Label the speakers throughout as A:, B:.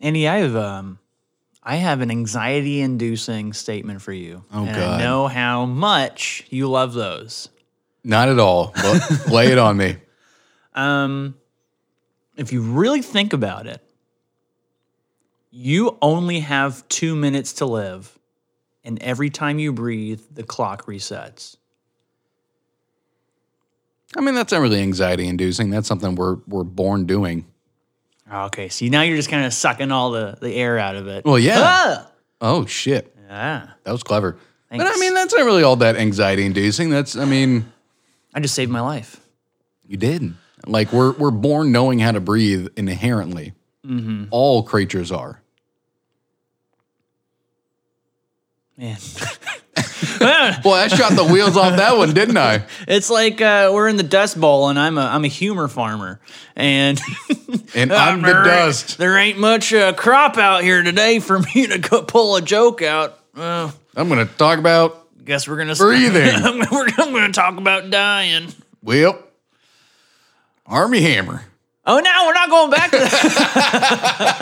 A: Andy, I have um, I have an anxiety-inducing statement for you.
B: Oh,
A: and
B: God.
A: I know how much you love those.
B: Not at all. But lay it on me.
A: Um, if you really think about it, you only have two minutes to live, and every time you breathe, the clock resets.
B: I mean, that's not really anxiety inducing. That's something we're we're born doing.
A: Oh, Okay, so now you're just kind of sucking all the, the air out of it.
B: Well, yeah.
A: Ah!
B: Oh shit,
A: Yeah.
B: that was clever. But I
A: Thanks.
B: mean, that's not really all that anxiety inducing. That's I mean,
A: I just saved my life.
B: you did. Like we're we're born knowing how to breathe inherently.
A: Mm-hmm.
B: All creatures are.
A: Man.
B: Boy, I shot the wheels off that one, didn't I?
A: It's like uh, we're in the Dust Bowl, and I'm a I'm a humor farmer, and
B: And I'm the
A: there ain't-
B: dust.
A: There ain't much uh, crop out here today for me to go pull a joke out. Uh,
B: I'm gonna talk about
A: guess we're gonna
B: Breathing.
A: I'm, we're, I'm gonna talk about dying.
B: well, army hammer.
A: Oh no, we're not going back to that.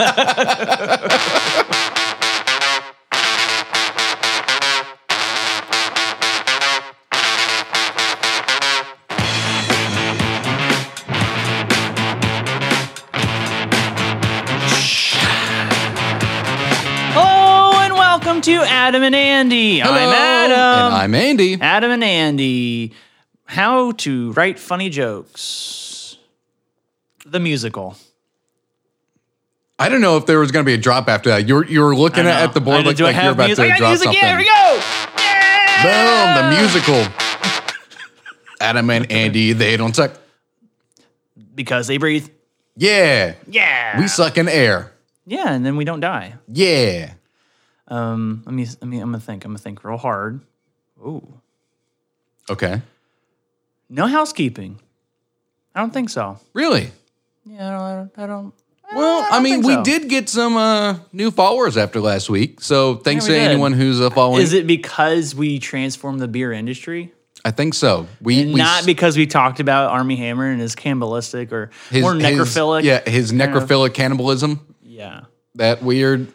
A: Hello and welcome to Adam and Andy. I'm
B: Hello.
A: Adam.
B: And I'm Andy.
A: Adam and Andy, How to Write Funny Jokes, the musical.
B: I don't know if there was going to be a drop after that. You were, you were looking
A: No.
B: at, the
A: I
B: board
A: know.
B: like,
A: Do I
B: like you're
A: have
B: about
A: music?
B: to
A: I got
B: drop
A: music.
B: something.
A: Yeah, here we go. Yeah!
B: Boom, the musical. Adam and Andy, they don't suck.
A: Because they breathe.
B: Yeah.
A: Yeah.
B: We suck in air.
A: yeah, and then we don't die.
B: Yeah.
A: Um, let me, let me, I'm gonna think. I'm gonna think real hard.
B: Okay.
A: No housekeeping. I don't think so.
B: Really?
A: Yeah, I don't. Uh, I don't
B: Well, I,
A: don't
B: mean,
A: think
B: we
A: so.
B: did get some uh, new followers after last week. So thanks
A: Yeah, we
B: to
A: did.
B: anyone who's uh, following.
A: is it because we transformed the beer industry?
B: I think so. We, we
A: Not
B: s-
A: because we talked about Army Hammer and his cannibalistic or
B: his-
A: or
B: his-
A: necrophilic.
B: yeah, his necrophilic cannibalism,
A: yeah.
B: that weird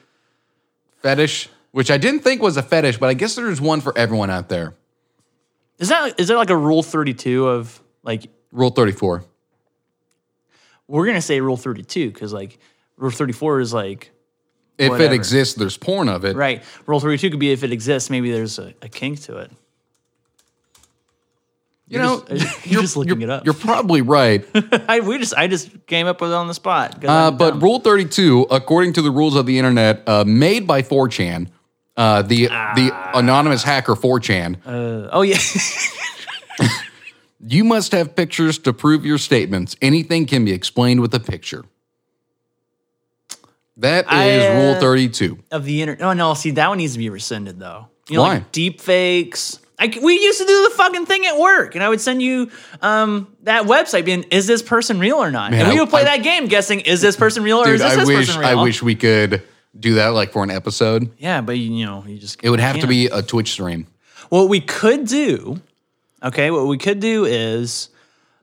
B: fetish, which I didn't think was a fetish, but I guess there's one for everyone out there.
A: Is that is that like a rule thirty two of like
B: Rule 34.
A: we're gonna say rule thirty two because like rule thirty four is like
B: If
A: Whatever.
B: it exists, there's porn of it.
A: right rule thirty two could be if it exists maybe there's a, a kink to it.
B: You know,
A: just- you're just looking it up.
B: You're probably right.
A: I we just I just came up with it on the spot. 'cause
B: Uh,
A: I'm
B: but
A: dumb.
B: Rule 32, according to the rules of the internet, uh, made by 4chan, uh, the
A: Ah.
B: the anonymous hacker 4chan,
A: oh yeah,
B: you must have pictures to prove your statements. Anything can be explained with a picture. That is
A: I, uh,
B: Rule 32.
A: of the internet. Oh no, see that one needs to be rescinded though. You know,
B: Why?
A: like deep fakes. I, c- we used to do the fucking thing at work, and I would send you um, that website being, is this person real or not? and we
B: I-
A: would play
B: I-
A: that game guessing, is this person real or
B: Dude,
A: is this,
B: I
A: this
B: wish
A: person real?
B: I wish we could do that like for an episode.
A: Yeah, but you know, you just
B: It would have to
A: can't.
B: be a Twitch stream.
A: What we could do, okay, what we could do is,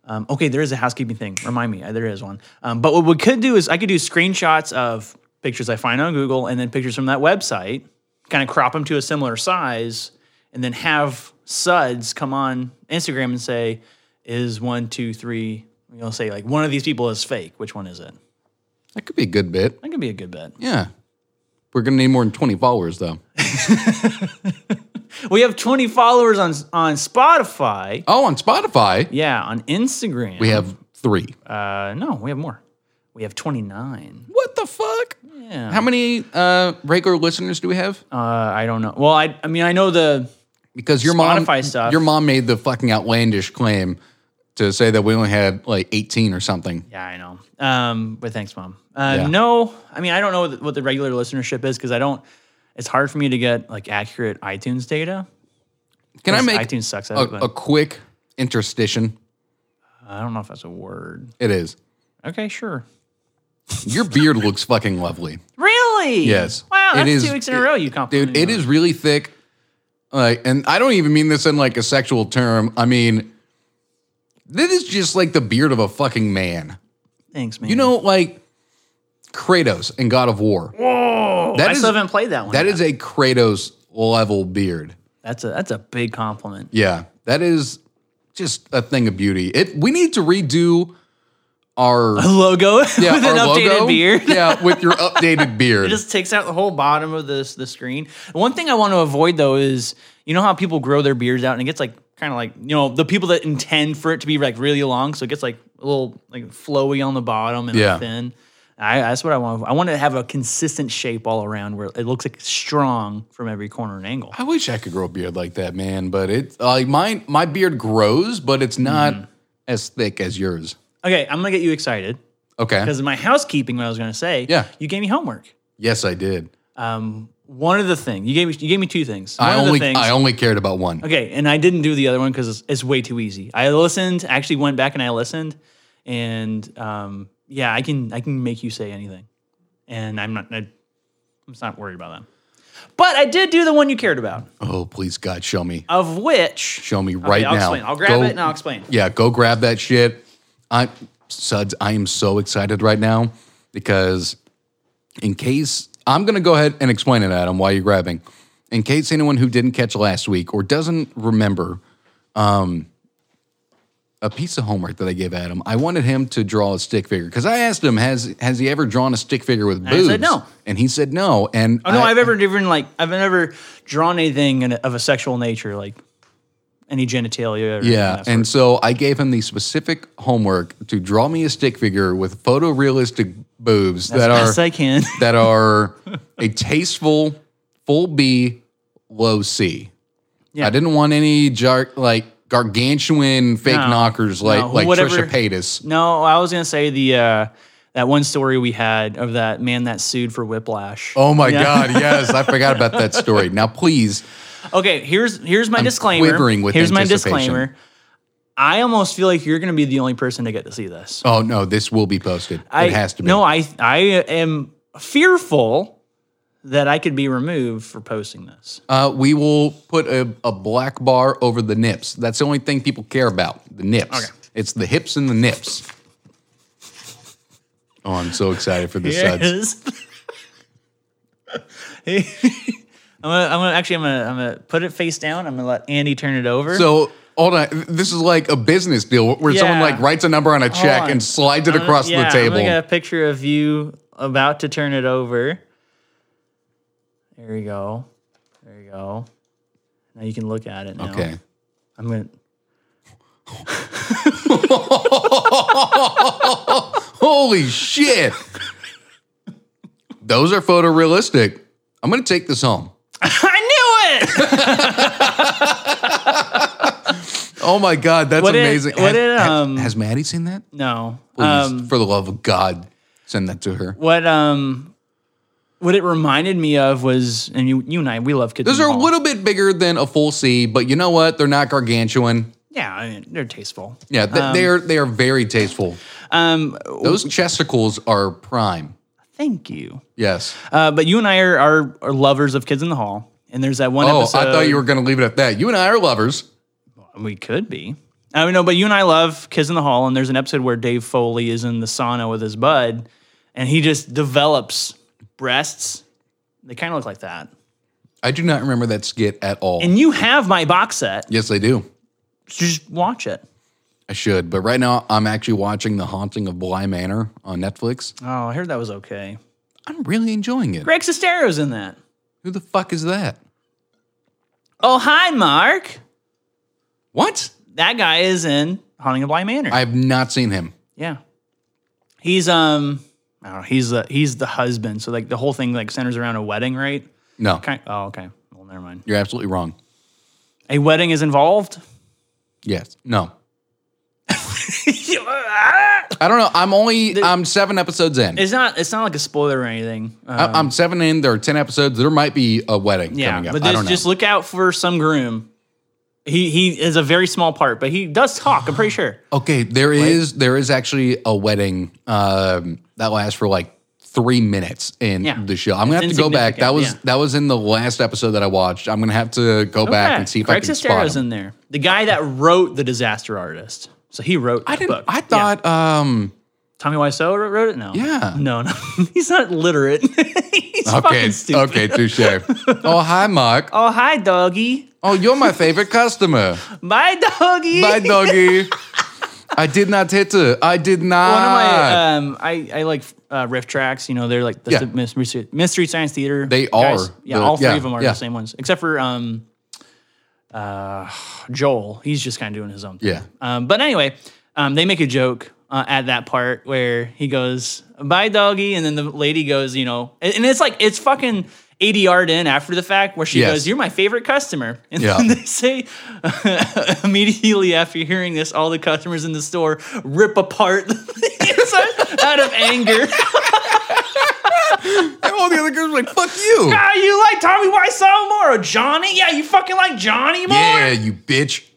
A: um, okay, there is a housekeeping thing. Remind me, uh, there is one. Um, but what we could do is I could do screenshots of pictures I find on Google and then pictures from that website, kind of crop them to a similar size, and then have suds come on Instagram and say, is one, two, three, you know, say like one of these people is fake. Which one is it?
B: That could be a good bit.
A: That could be a good bet.
B: Yeah. We're going to need more than 20 followers though.
A: We have 20 followers on on Spotify.
B: Oh, on Spotify,
A: Yeah, on Instagram.
B: we have 3.
A: Uh, no, we have more. We have 29.
B: What the fuck?
A: Yeah.
B: How many uh, regular listeners do we have?
A: Uh, I don't know. Well, I, I mean, I know the.
B: Because your mom,
A: Spotify stuff.
B: your mom made the fucking outlandish claim to say that we only had like 18 or something.
A: Yeah, I know. Um, but thanks, mom. Uh,
B: Yeah.
A: No, I mean, I don't know what the, what the regular listenership is because I don't. It's hard for me to get like accurate iTunes data.
B: Can I make
A: iTunes sucks at
B: a,
A: it, but
B: a quick interstition?
A: I don't know if that's a word.
B: It is.
A: Okay, sure.
B: Your beard looks fucking lovely,
A: Really?
B: Yes.
A: Wow,
B: It
A: that's
B: is-
A: two weeks in a
B: it-
A: row. You complimented
B: dude. It
A: me.
B: is really thick. Like, and I don't even mean this in like a sexual term. I mean, this is just like the beard of a fucking man.
A: Thanks, man.
B: You know, like Kratos in God of War. Whoa!
A: I still haven't played that one.
B: That
A: yet.
B: is a Kratos level beard.
A: that's a that's a big compliment.
B: Yeah, that is just a thing of beauty. It we need to redo our
A: Logo
B: yeah,
A: with an
B: our
A: updated
B: logo.
A: beard.
B: Yeah, with your updated beard.
A: It just takes out the whole bottom of this the screen. One thing I want to avoid though is you know how people grow their beards out and it gets like kind of like you know the people that intend for it to be like really long, so it gets like a little like flowy on the bottom and
B: Yeah.
A: thin. I, that's what I want. I want to have a consistent shape all around where it looks like strong from every corner and angle.
B: I wish I could grow a beard like that, man. But it like mine, my beard grows, but it's not
A: Mm.
B: as thick as yours.
A: Okay, I'm gonna get you excited
B: Okay.
A: because my housekeeping. What I was gonna say,
B: Yeah.
A: you gave me homework.
B: Yes, I did.
A: One of the thing you gave me, you gave me two things. One
B: I
A: of the
B: only
A: things,
B: I only cared about one.
A: Okay, and I didn't do the other one because it's, it's way too easy. I listened, actually went back and I listened, and um, yeah, I can I can make you say anything, and I'm not I, I'm just not worried about that. But I did do the one you cared about,
B: Oh, please God, show me,
A: of which
B: show me right
A: I'll
B: now.
A: explain. I'll grab
B: Go-
A: it and I'll explain.
B: Yeah, go grab that shit. I suds, I am so excited right now because in case I'm gonna go ahead and explain it, Adam, while you're grabbing. In case anyone who didn't catch last week or doesn't remember, um, a piece of homework that I gave Adam, I wanted him to draw a stick figure because I asked him, has has he ever drawn a stick figure with
A: he
B: boobs?
A: said no.
B: and he said no. And
A: Oh no, I, have ever even like I've never drawn anything in a, of a sexual nature, like any genitalia. Or anything of
B: Yeah,
A: that sort.
B: and so I gave him the specific homework to draw me a stick figure with photorealistic boobs that are
A: best I can.
B: that are a tasteful full B, low C. I didn't want any jar, like gargantuan fake
A: No,
B: knockers like
A: no,
B: like
A: whatever-
B: Trisha Paytas.
A: No, I was gonna say the uh, that one story we had of that man that sued for whiplash.
B: Oh my God! Yes, I forgot about that story. Now please,
A: Okay, here's here's my disclaimer.
B: quivering with
A: here's my
B: anticipation.
A: disclaimer. I almost feel like you're gonna be the only person to get to see this.
B: oh no, this will be posted.
A: I,
B: Oh, it has to be.
A: No, I I am fearful that I could be removed for posting this.
B: Uh, we will put a, a black bar over the nips. That's the only thing people care about the nips.
A: Okay.
B: It's the hips and the nips. Oh, I'm so excited for this.
A: Here it
B: suds.
A: is. I'm gonna, I'm gonna actually I'm gonna, I'm gonna put it face down. I'm gonna let Andy turn it over.
B: So, hold on. This is like a business deal where someone
A: Yeah.
B: like writes a number on a check
A: on.
B: and slides it
A: I'm gonna-
B: across
A: yeah,
B: the table.
A: I'm gonna get a picture of you about to turn it over. There we go. There you go. Now you can look at it now.
B: okay.
A: I'm gonna
B: Holy shit. Those are photorealistic. I'm going to take this home.
A: I knew it!
B: Oh my God. That's
A: What did-
B: amazing.
A: what
B: has,
A: did,
B: has-
A: um,
B: has Maddie seen that?
A: no.
B: Please,
A: Um
B: for the love of God, send that to her.
A: what um what it reminded me of was and you you and I we love kids.
B: Those
A: in the
B: are a
A: Hall.
B: little bit bigger than a full C, but you know what? They're not gargantuan.
A: Yeah, I mean they're tasteful.
B: Yeah, th- they are they are very tasteful.
A: Um
B: Those chesticles are prime.
A: thank you.
B: Yes.
A: Uh but you and I are are, are lovers of kids in the hall. And there's that one
B: Oh,
A: episode
B: I thought you were going to leave it at that. You and I are lovers.
A: We could be. I mean, no, but you and I love Kids in the Hall, and there's an episode where Dave Foley is in the sauna with his bud, and he just develops breasts. They kind of look like that.
B: I do not remember that skit at all.
A: And you have my box set.
B: yes, I do.
A: Just watch it.
B: I should, but right now I'm actually watching The Haunting of Bly Manor on Netflix.
A: Oh, I heard that was okay.
B: I'm really enjoying it.
A: Greg Sestero's in that.
B: Who the fuck is that?
A: Oh, hi, Mark.
B: What?
A: That guy is in Haunting of Bly Manor.
B: I have not seen him.
A: yeah, he's um, I don't know. He's the he's the husband. So like the whole thing like centers around a wedding, right?
B: No,
A: Kind. Oh, okay. Well, never mind.
B: you're absolutely wrong.
A: A wedding is involved.
B: Yes. No. I don't know. I'm only I'm seven episodes in.
A: It's not. It's not like a spoiler or anything. Uh,
B: I- I'm seven in. There are ten episodes. There might be a wedding
A: yeah,
B: coming up.
A: but
B: I
A: there's-
B: don't know.
A: just look out for some groom. He he is a very small part, but he does talk. I'm pretty sure.
B: okay, there is there is actually a wedding um, that lasts for like three minutes in
A: Yeah.
B: the show. I'm gonna have
A: It's
B: to go back. That was
A: insignificant,
B: that was in the last episode that I watched. I'm gonna have to go back and see if
A: Greg
B: I can spot
A: Sestero's
B: him.
A: in there. The guy that wrote the Disaster Artist. So he wrote.
B: I
A: that
B: didn't.
A: book.
B: I
A: Yeah.
B: thought um,
A: Tommy Wiseau wrote wrote it? No.
B: Yeah.
A: No, no. He's not literate. He's
B: Okay,
A: fucking stupid.
B: okay, touche. oh, hi, Mark.
A: Oh, hi, doggy.
B: Oh, you're my favorite customer.
A: Bye, doggy.
B: Bye, doggy. I did not hit her. I did not.
A: One of my, um, I, I like uh, riff tracks. You know, they're like the
B: Yeah.
A: Mys- Mystery, Mystery Science Theater.
B: They
A: guys.
B: are
A: Yeah,
B: the-
A: all three
B: yeah,
A: of them are
B: yeah.
A: the same ones, except for um, uh, Joel. He's just kind of doing his own thing.
B: Yeah.
A: Um, but anyway, um, they make a joke uh, at that part where he goes, "Bye, doggy," and then the lady goes, "You know," and, and it's like it's fucking. 80 yard in after the fact where she
B: Yes.
A: goes you're my favorite customer and
B: Yeah.
A: then they say immediately after hearing this all the customers in the store rip apart the things out of anger
B: all the other girls were like, fuck you.
A: ah you like tommy wiseau more or johnny yeah you fucking like johnny more
B: Yeah, you bitch.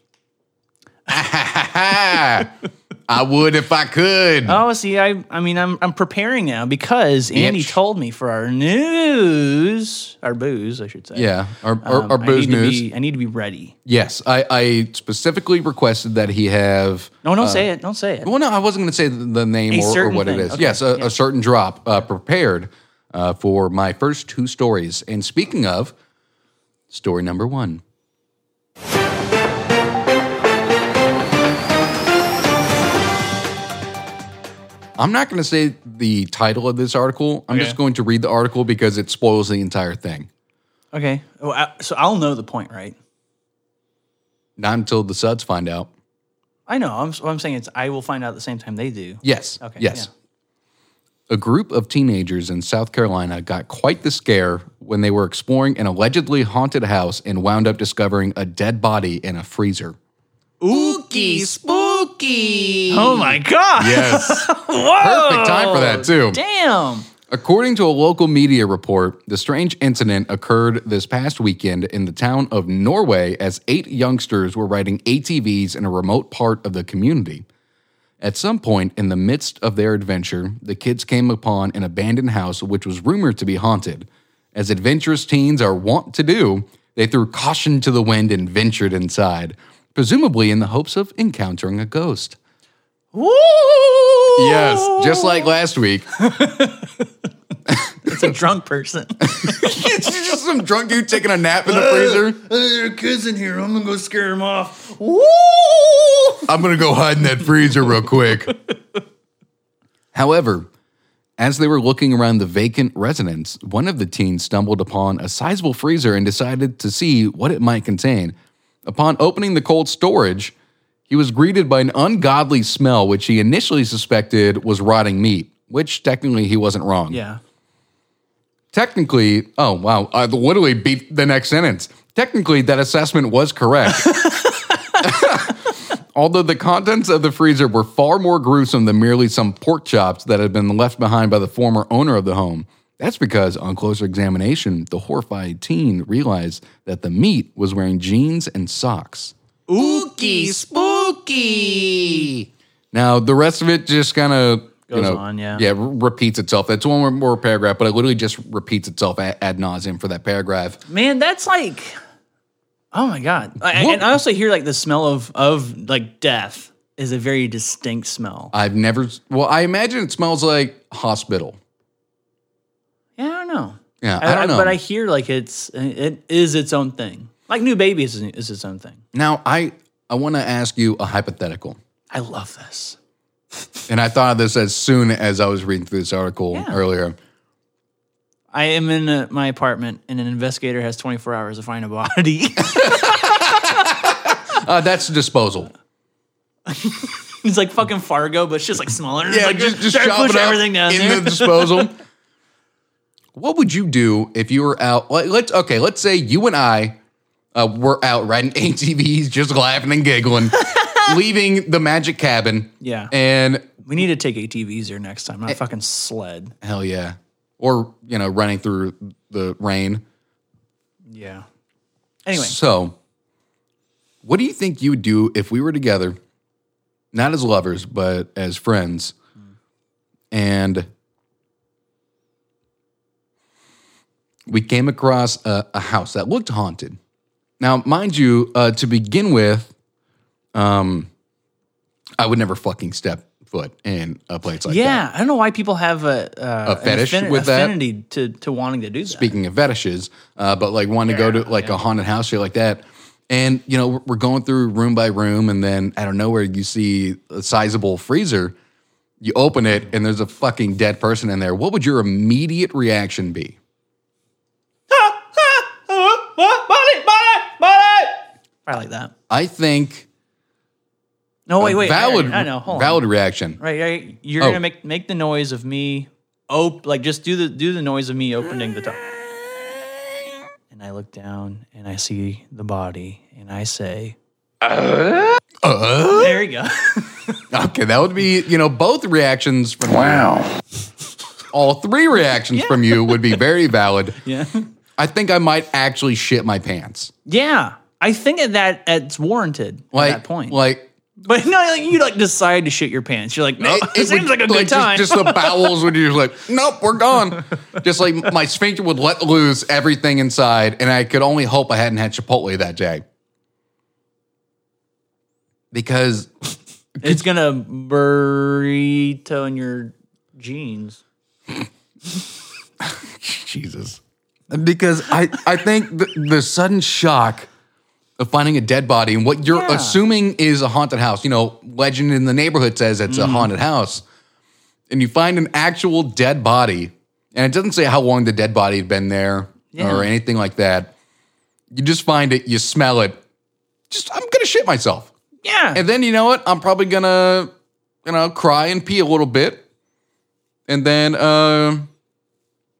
B: I would if I could.
A: Oh, see, I, I mean, I'm, I'm preparing now because Andy
B: Bitch.
A: told me for our news, our booze, I should say.
B: Yeah, our, our,
A: Um,
B: our
A: I
B: booze
A: need to
B: news.
A: be- I need to be ready.
B: yes, I, I specifically requested that he have.
A: No, don't say it. Don't say it.
B: Well, no, I wasn't going to say the- the name
A: A
B: or, or
A: certain
B: what it
A: thing.
B: is.
A: Okay,
B: Yes, a, a certain drop uh, prepared uh, for my first two stories. And speaking of, story number one. I'm not going to say the title of this article. I'm
A: Okay.
B: just going to read the article because it spoils the entire thing.
A: Okay. Well, I, so I'll know the point, right?
B: Not until the suds find out.
A: I know. I'm, what I'm saying is I will find out at the same time they do.
B: Yes.
A: Okay,
B: Yes. A group of teenagers in South Carolina got quite the scare when they were exploring an allegedly haunted house and wound up discovering a dead body in a freezer. Ookie spooky.
A: Oh my God.
B: Yes.
A: Whoa.
B: Perfect time for that, too.
A: Damn.
B: According to a local media report, the strange incident occurred this past weekend in the town of Norway as eight youngsters were riding ATVs in a remote part of the community. At some point in the midst of their adventure, the kids came upon an abandoned house which was rumored to be haunted. As adventurous teens are wont to do, they threw caution to the wind and ventured inside, presumably in the hopes of encountering a ghost.
A: Woo.
B: Yes, just like last week.
A: It's a drunk person.
B: it's just some drunk dude taking a nap in the freezer.
A: Their kids in here. I'm gonna go scare them off. Woo.
B: I'm gonna go hide in that freezer real quick. However, as they were looking around the vacant residence, one of the teens stumbled upon a sizable freezer and decided to see what it might contain. Upon opening the cold storage, he was greeted by an ungodly smell, which he initially suspected was rotting meat, which technically he wasn't wrong.
A: Yeah.
B: Technically, oh wow, I literally beat the next sentence. Technically, that assessment was correct. Although the contents of the freezer were far more gruesome than merely some pork chops that had been left behind by the former owner of the home. That's because, on closer examination, the horrified teen realized that the meat was wearing jeans and socks. Ookie spooky. Now, the rest of it just kind of you
A: Goes
B: know,
A: on, yeah.
B: yeah, re- repeats itself. That's one more, more paragraph, but it literally just repeats itself ad, ad nauseum for that paragraph.
A: Man, that's like, oh my god! I,
B: What-
A: and I also hear like the smell of of like death is a very distinct smell.
B: I've never, well, I imagine it smells like hospital.
A: Yeah, I don't know.
B: Yeah, I, don't know.
A: but I hear like it's it is its own thing. Like new baby is is its own thing.
B: Now, I I want to ask you a hypothetical,
A: I love this.
B: and I thought of this as soon as I was reading through this article earlier.
A: I am in uh my apartment, and an investigator has 24 hours to find a body.
B: Uh, that's disposal.
A: it's like fucking Fargo, but it's just like smaller. It's like, start
B: chop
A: pushing
B: it up
A: everything down
B: in
A: there.
B: the disposal. what would you do if you were out? Let, let's okay. Let's say you and I uh, were out riding ATVs, just laughing and giggling, leaving the magic cabin.
A: Yeah.
B: and
A: we need to take ATVs there next time.
B: Eh.
A: Not fucking sled.
B: hell yeah, or you know, running through the rain.
A: Yeah. Anyway,
B: So, what do you think you would do if we were together, not as lovers, but as friends, and we came across a, a house that looked haunted? Now, mind you, uh, to begin with, um, I would never fucking step foot in a place like that.
A: yeah, I don't know why people have a uh, an
B: fetish
A: affini-
B: with that?
A: affinity to to wanting to do that.
B: Speaking of fetishes, uh, but like wanting to go to like a haunted house or like that. And you know, we're- we're going through room by room, and then out of nowhere, you see a sizable freezer. You open it, and there's a fucking dead person in there. What would your immediate reaction be?
A: I like that.
B: I think
A: No, wait, wait. I already-
B: valid,
A: I, know. Hold
B: valid reaction.
A: on. Right, right. You're
B: Oh.
A: gonna make make the noise of me. Op- like just do the do the noise of me opening the top. And I look down and I see the body and I say,
B: Uh,
A: "There you go."
B: okay, that would be you know both reactions from wow. All three reactions from you would be very valid.
A: yeah,
B: I think I might actually shit my pants.
A: yeah. I think at that it's warranted
B: Like,
A: at that point.
B: like
A: but no, like, you like decide to shit your pants. You're like, no,
B: It-
A: it,
B: it
A: seems
B: would-
A: like a good
B: just-
A: time.
B: Just, the bowels would just like, nope, we're gone. just like my sphincter would let loose everything inside, and I could only hope I hadn't had Chipotle that day. Because
A: it's gonna burrito in your jeans.
B: Jesus, because I I think the, the sudden shock of finding a dead body and what you're
A: Yeah.
B: assuming is a haunted house. You know, legend in the neighborhood says it's a
A: Mm.
B: haunted house, and you find an actual dead body, and it doesn't say how long the dead body had been there
A: Yeah.
B: or anything like that. You just find it, you smell it. Just I'm gonna shit myself,
A: Yeah,
B: and then you know what? I'm probably gonna you know cry and pee a little bit, and then uh,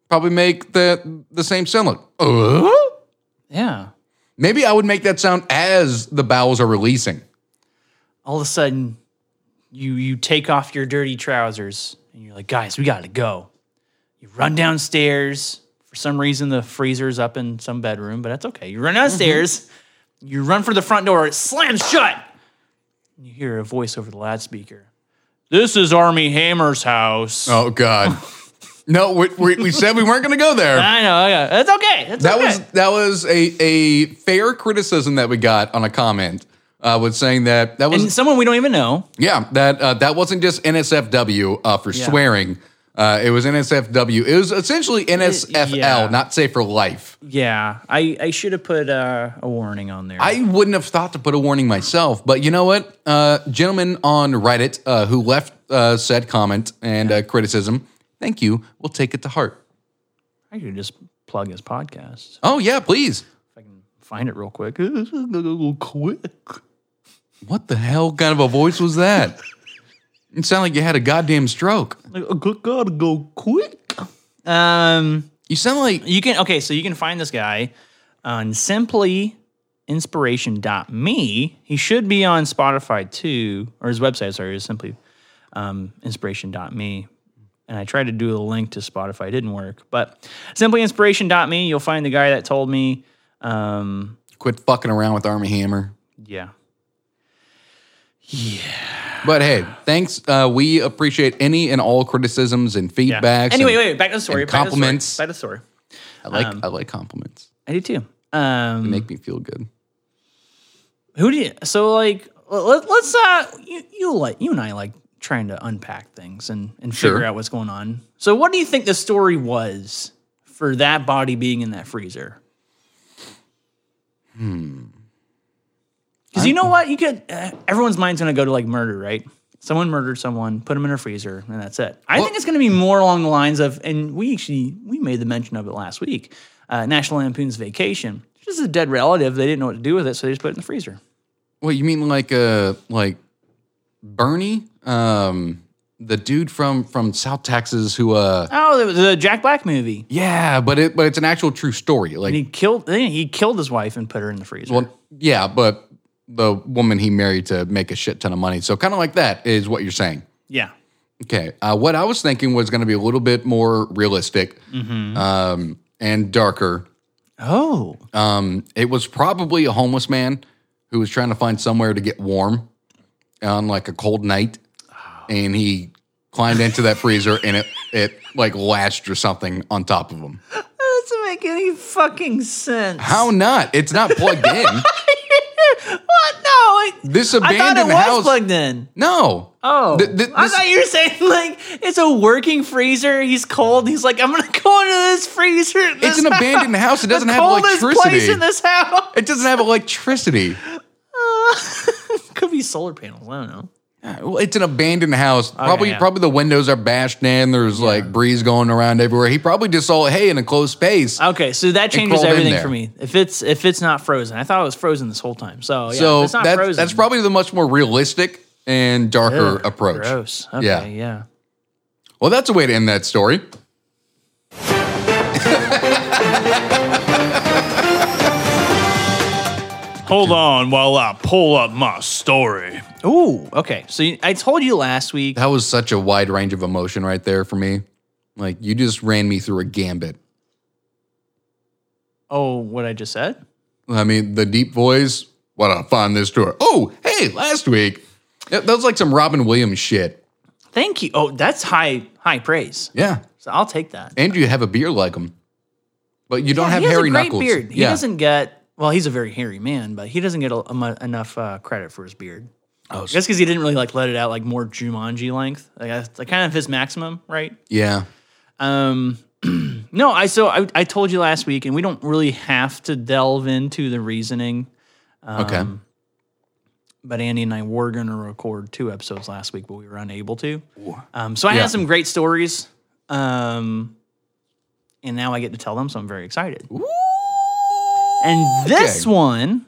B: probably make the the same sound like. Uh?
A: yeah.
B: Maybe I would make that sound as the bowels are releasing.
A: all of a sudden you you take off your dirty trousers and you're like guys we gotta go you run downstairs for some reason the freezer's up in some bedroom but that's okay you run
B: Mm-hmm.
A: downstairs you run for the front door it slams shut and you hear a voice over the loudspeaker this is army hammer's house
B: Oh God! no, we, we, we said we weren't going to go there.
A: i know yeah that's okay that's
B: That
A: okay.
B: was that was a a fair criticism that we got on a comment uh, with saying that that was
A: and someone we don't even know
B: yeah that uh, that wasn't just NSFW uh, for swearing. Uh, it was NSFW. It was essentially NSFL,
A: yeah.
B: not safe for life.
A: yeah i i should have put uh, a warning on there
B: I wouldn't have thought to put a warning myself, but you know what? Uh, gentleman on Reddit uh, who left uh, said comment and uh, criticism, thank you. We'll take it to heart.
A: i could just plug his podcast
B: Oh yeah, please.
A: I can find it real quick. quick.
B: What the hell kind of a voice was that? it sounded like you had a goddamn stroke.
A: Gotta go quick. Um,
B: You sound like
A: you can okay, so you can find this guy on simplyinspiration.me. He should be on Spotify too, or his website. Sorry, is simply um, inspiration.me. And I tried to do a link to Spotify, it didn't work. But simplyinspiration.me, you'll find the guy that told me. Um,
B: quit fucking around with Army Hammer.
A: yeah,
B: But hey, thanks. Uh, we appreciate any and all criticisms and
A: yeah.
B: feedbacks. and
A: anyway, um, wait, back to the story.
B: and
A: back to the story,
B: compliments.
A: Back to the story.
B: I like I like compliments.
A: I do too. Um,
B: They make me feel good.
A: Who do you? So like, let, let's uh, you, you like you and I like trying to unpack things and and figure
B: Sure.
A: out what's going on. So what do you think the story was for that body being in that freezer? Hmm. Because you know what, you could. Uh, everyone's mind's gonna go to like murder, right? Someone murdered someone, put them in a freezer, and that's it. I think it's gonna be more along the lines of, and we actually we made the mention of it last week. Uh, National Lampoon's Vacation. It's Just a dead relative. They didn't know what to do with it, so they just put it in the freezer.
B: What you mean like uh like Bernie? Um the dude from from South Texas who uh
A: Oh, the, the Jack Black movie.
B: yeah, but it but it's an actual true story. Like
A: He killed. He killed his wife and put her in the freezer.
B: Well, yeah, but the woman he married to make a shit ton of money. So kind of like that is what you're saying.
A: yeah.
B: Okay. Uh, what I was thinking was going to be a little bit more realistic
A: Mm-hmm.
B: um, and darker.
A: Oh.
B: Um, it was probably a homeless man who was trying to find somewhere to get warm on like a cold night, and he climbed into that freezer and it it like latched or something on top of him.
A: That doesn't make any fucking sense.
B: How not? It's not plugged in.
A: what? No. It,
B: This
A: I thought it
B: abandoned
A: was
B: house.
A: plugged in.
B: no.
A: Oh,
B: Th- th-
A: I
B: this-
A: thought you were saying like it's a working freezer. He's cold. He's like, I'm gonna go into this freezer. in
B: It's
A: this
B: an abandoned house. It
A: The
B: doesn't have
A: coldest place
B: electricity.
A: in this house.
B: It doesn't have electricity.
A: Could be solar panels. I don't know.
B: Well, it's an abandoned house. Probably,
A: Oh, yeah.
B: probably the windows are bashed in. There's like breeze going around everywhere. He probably just saw hay in a closed space.
A: Okay, so that changes
B: crawled in
A: everything
B: there.
A: for me. If it's if it's not frozen, I thought it was frozen this whole time. So yeah, if
B: so
A: it's not
B: that's
A: frozen.
B: that's probably the much more realistic and darker
A: Ugh,
B: approach.
A: Gross. Okay,
B: Yeah.
A: yeah. yeah.
B: Well, that's a way to end that story.
A: Hold on while I pull up my story. Ooh, okay. So you, I told you last week.
B: That was such a wide range of emotion right there for me. Like you just ran me through a gambit.
A: Oh, what I just said?
B: I mean, the deep voice. What I find this story. Oh, hey, last week that that was like some Robin Williams shit.
A: Thank you. Oh, that's high high praise.
B: Yeah,
A: So I'll take that.
B: and you have a beard like him, but you don't
A: Yeah,
B: have
A: he has
B: hairy
A: a great
B: knuckles.
A: beard. He
B: yeah.
A: doesn't get well. He's a very hairy man, but he doesn't get a, a mu- enough uh, credit for his beard.
B: Oh,
A: Just because he didn't really like let it out like more Jumanji length. Like that's like kind of his maximum, right?
B: Yeah.
A: Um, no, I so I, I told you last week, and we don't really have to delve into the reasoning. Um,
B: Okay.
A: But Andy and I were going to record two episodes last week, but we were unable to. Um, so I had some great stories, um, and now I get to tell them, so I'm very excited. And this
B: Okay.
A: one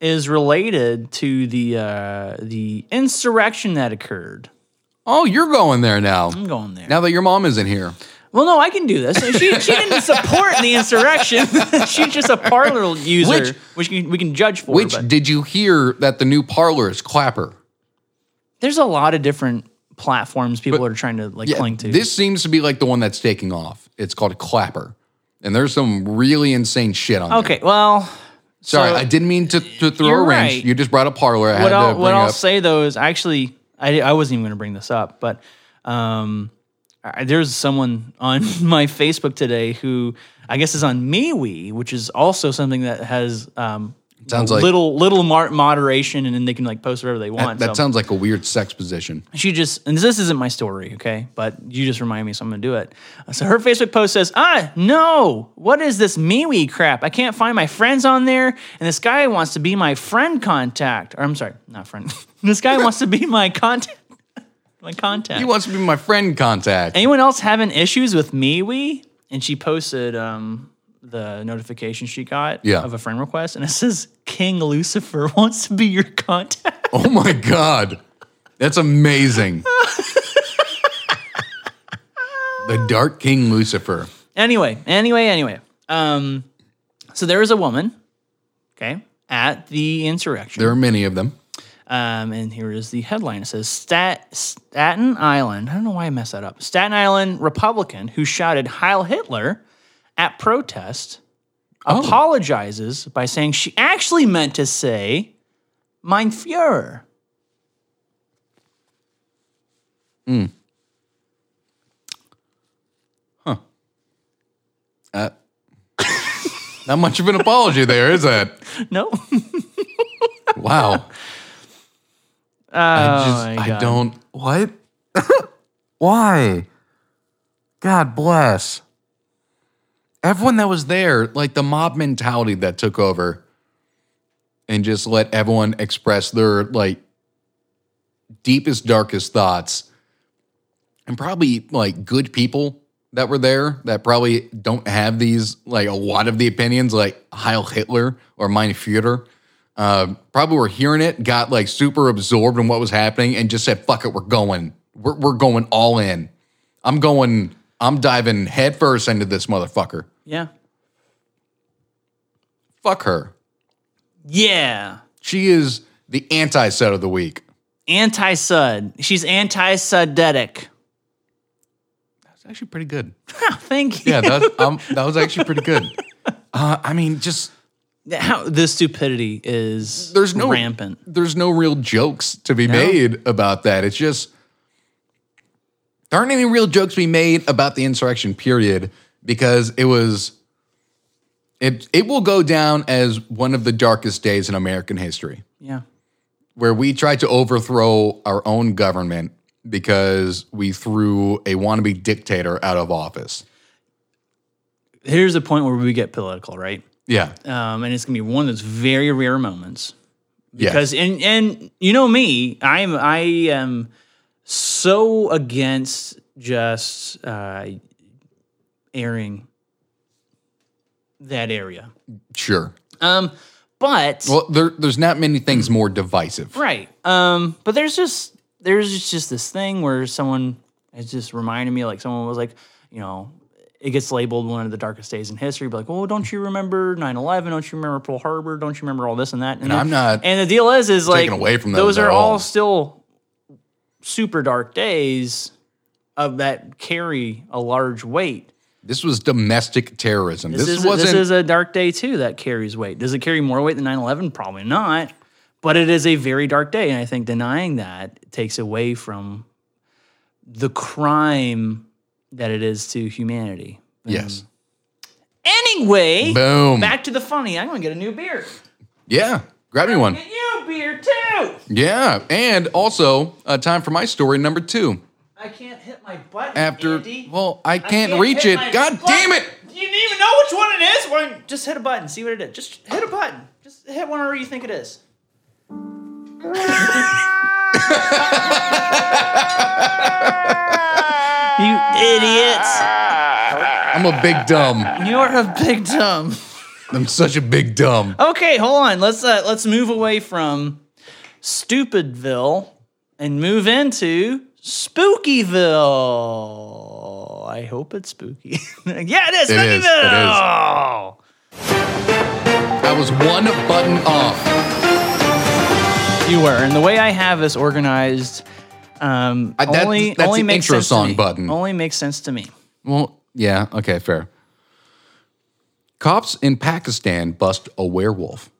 A: is related to the uh, the insurrection that occurred.
B: oh, you're going there now.
A: I'm going there.
B: Now that your mom isn't here.
A: Well, no, I can do this. She, she didn't support the insurrection. She's just a parlor user,
B: Which-
A: which, can, we can judge for.
B: Which
A: but
B: did you hear that the new parlor is Clapper?
A: there's a lot of different platforms people are trying to like cling to.
B: This seems to be like the one that's taking off. It's called Clapper. And there's some really insane shit on there.
A: okay, well,
B: Sorry,
A: so-
B: I didn't mean to, to throw a
A: You're
B: wrench.
A: right.
B: You just brought up parlor. I had
A: what
B: to
A: I'll,
B: bring
A: what I'll
B: up.
A: say though is actually I, I wasn't even going to bring this up, but um, I, there's someone on my Facebook today who I guess is on MeWe, which is also something that has um,
B: Sounds like-
A: little little mar- moderation, and then they can like post whatever they want.
B: that
A: so-
B: sounds like a weird sex position.
A: she just and this isn't my story okay but you just remind me so i'm gonna do it Uh, so her facebook post says ah no what is this MeWe crap i can't find my friends on there and this guy wants to be my friend contact or i'm sorry not friend this guy wants to be my contact my contact
B: He wants to be my friend contact.
A: anyone else having issues with MeWe? And she posted um, the notification she got
B: Yeah.
A: of a friend request and it says king lucifer wants to be your contact
B: Oh my God. That's amazing. the Dark King Lucifer.
A: Anyway, anyway, anyway. Um, so there was a woman, okay, at the insurrection.
B: There are many of them.
A: Um, and here is the headline. It says Stat- Staten Island. I don't know why I messed that up. Staten Island Republican who shouted "Heil Hitler" at protest
B: Oh.
A: apologizes by saying she actually meant to say "Mein Führer."
B: Not much of an apology there, is it?
A: No,
B: Wow. I
A: Oh my
B: I
A: God.
B: don't. What? Why? God bless. Everyone that was there, like the mob mentality that took over and just let everyone express their like deepest, darkest thoughts. And probably like good people that were there that probably don't have these, like a lot of the opinions, like Heil Hitler or Mein Führer uh, probably were hearing it, got like super absorbed in what was happening, and just said, "Fuck it, we're going, we're we're going all in. I'm going, I'm diving headfirst into this motherfucker.
A: yeah,
B: Fuck her.
A: yeah.
B: She is the anti-set of the week.
A: Anti-sud. She's anti-sudetic.
B: That's actually pretty good.
A: Thank you.
B: Yeah, that um, that was actually pretty good. Uh, I mean, just
A: how the stupidity is
B: There's no-
A: rampant.
B: there's no real jokes to be made about that. It's just there aren't any real jokes to be made about the insurrection period because it was it it will go down as one of the darkest days in American history.
A: Yeah.
B: where we tried to overthrow our own government because we threw a wannabe dictator out of office.
A: Here's the point where we get political, right?
B: Yeah.
A: Um, and it's gonna be one of those very rare moments
B: Yes.
A: because and and you know me, I'm I am so against just uh, airing that area.
B: sure.
A: Um, but
B: Well, there, there's not many things more divisive.
A: Right. Um, but there's just there's just this thing where someone has just reminded me, like someone was like, you know, it gets labeled one of the darkest days in history, but like, well, don't you remember 9-11? Don't you remember Pearl Harbor? Don't you remember all this and that? And,
B: I'm not
A: And the deal is, is like
B: taking away from
A: those
B: those at
A: are all
B: all.
A: still super dark days of that carry a large weight.
B: This was domestic terrorism. This,
A: This, is,
B: wasn't.
A: this is a dark day too that carries weight. Does it carry more weight than 9/11? Probably not. But it is a very dark day, and I think denying that takes away from the crime that it is to humanity.
B: yes.
A: Anyway,
B: Boom.
A: back to the funny. I'm gonna get a new beer.
B: Yeah. Grab me one.
A: Get you a beer too.
B: Yeah. And also, uh, time for my story number two.
A: I can't hit my button.
B: After,
A: Andy.
B: well, I
A: I
B: can't, reach
A: hit
B: it.
A: my
B: God damn
A: button.
B: it.
A: You didn't even know which one it is. Why don't- just hit a button. See what it is. Just hit a button. Just hit whatever you think it is. you idiots!
B: I'm a big dumb.
A: You are a big dumb.
B: I'm such a big dumb.
A: Okay, hold on. Let's uh, let's move away from Stupidville and move into Spookyville. I hope it's spooky. yeah, it is.
B: It is, it is.
A: Spookyville.
B: I was one button off.
A: You were, and the way I have this organized, um,
B: I- that-
A: only
B: that's
A: only
B: the
A: makes
B: intro
A: sense
B: song
A: to me.
B: button.
A: Only makes sense to me.
B: Well, yeah. Okay, fair. Cops in Pakistan bust a werewolf.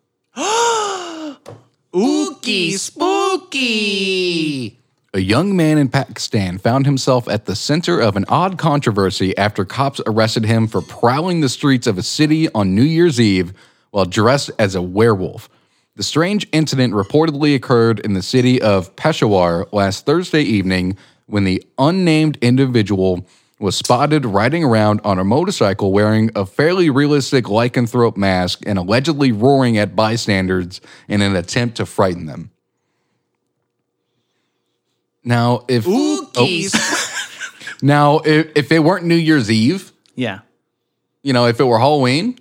A: Ookie
B: spooky. A young man in Pakistan found himself at the center of an odd controversy after cops arrested him for prowling the streets of a city on New Year's Eve while dressed as a werewolf. The strange incident reportedly occurred in the city of Peshawar last Thursday evening when the unnamed individual was spotted riding around on a motorcycle wearing a fairly realistic lycanthrope mask and allegedly roaring at bystanders in an attempt to frighten them. Now, if Oh. now if, if it weren't New Year's Eve,
A: Yeah,
B: you know, if it were Halloween,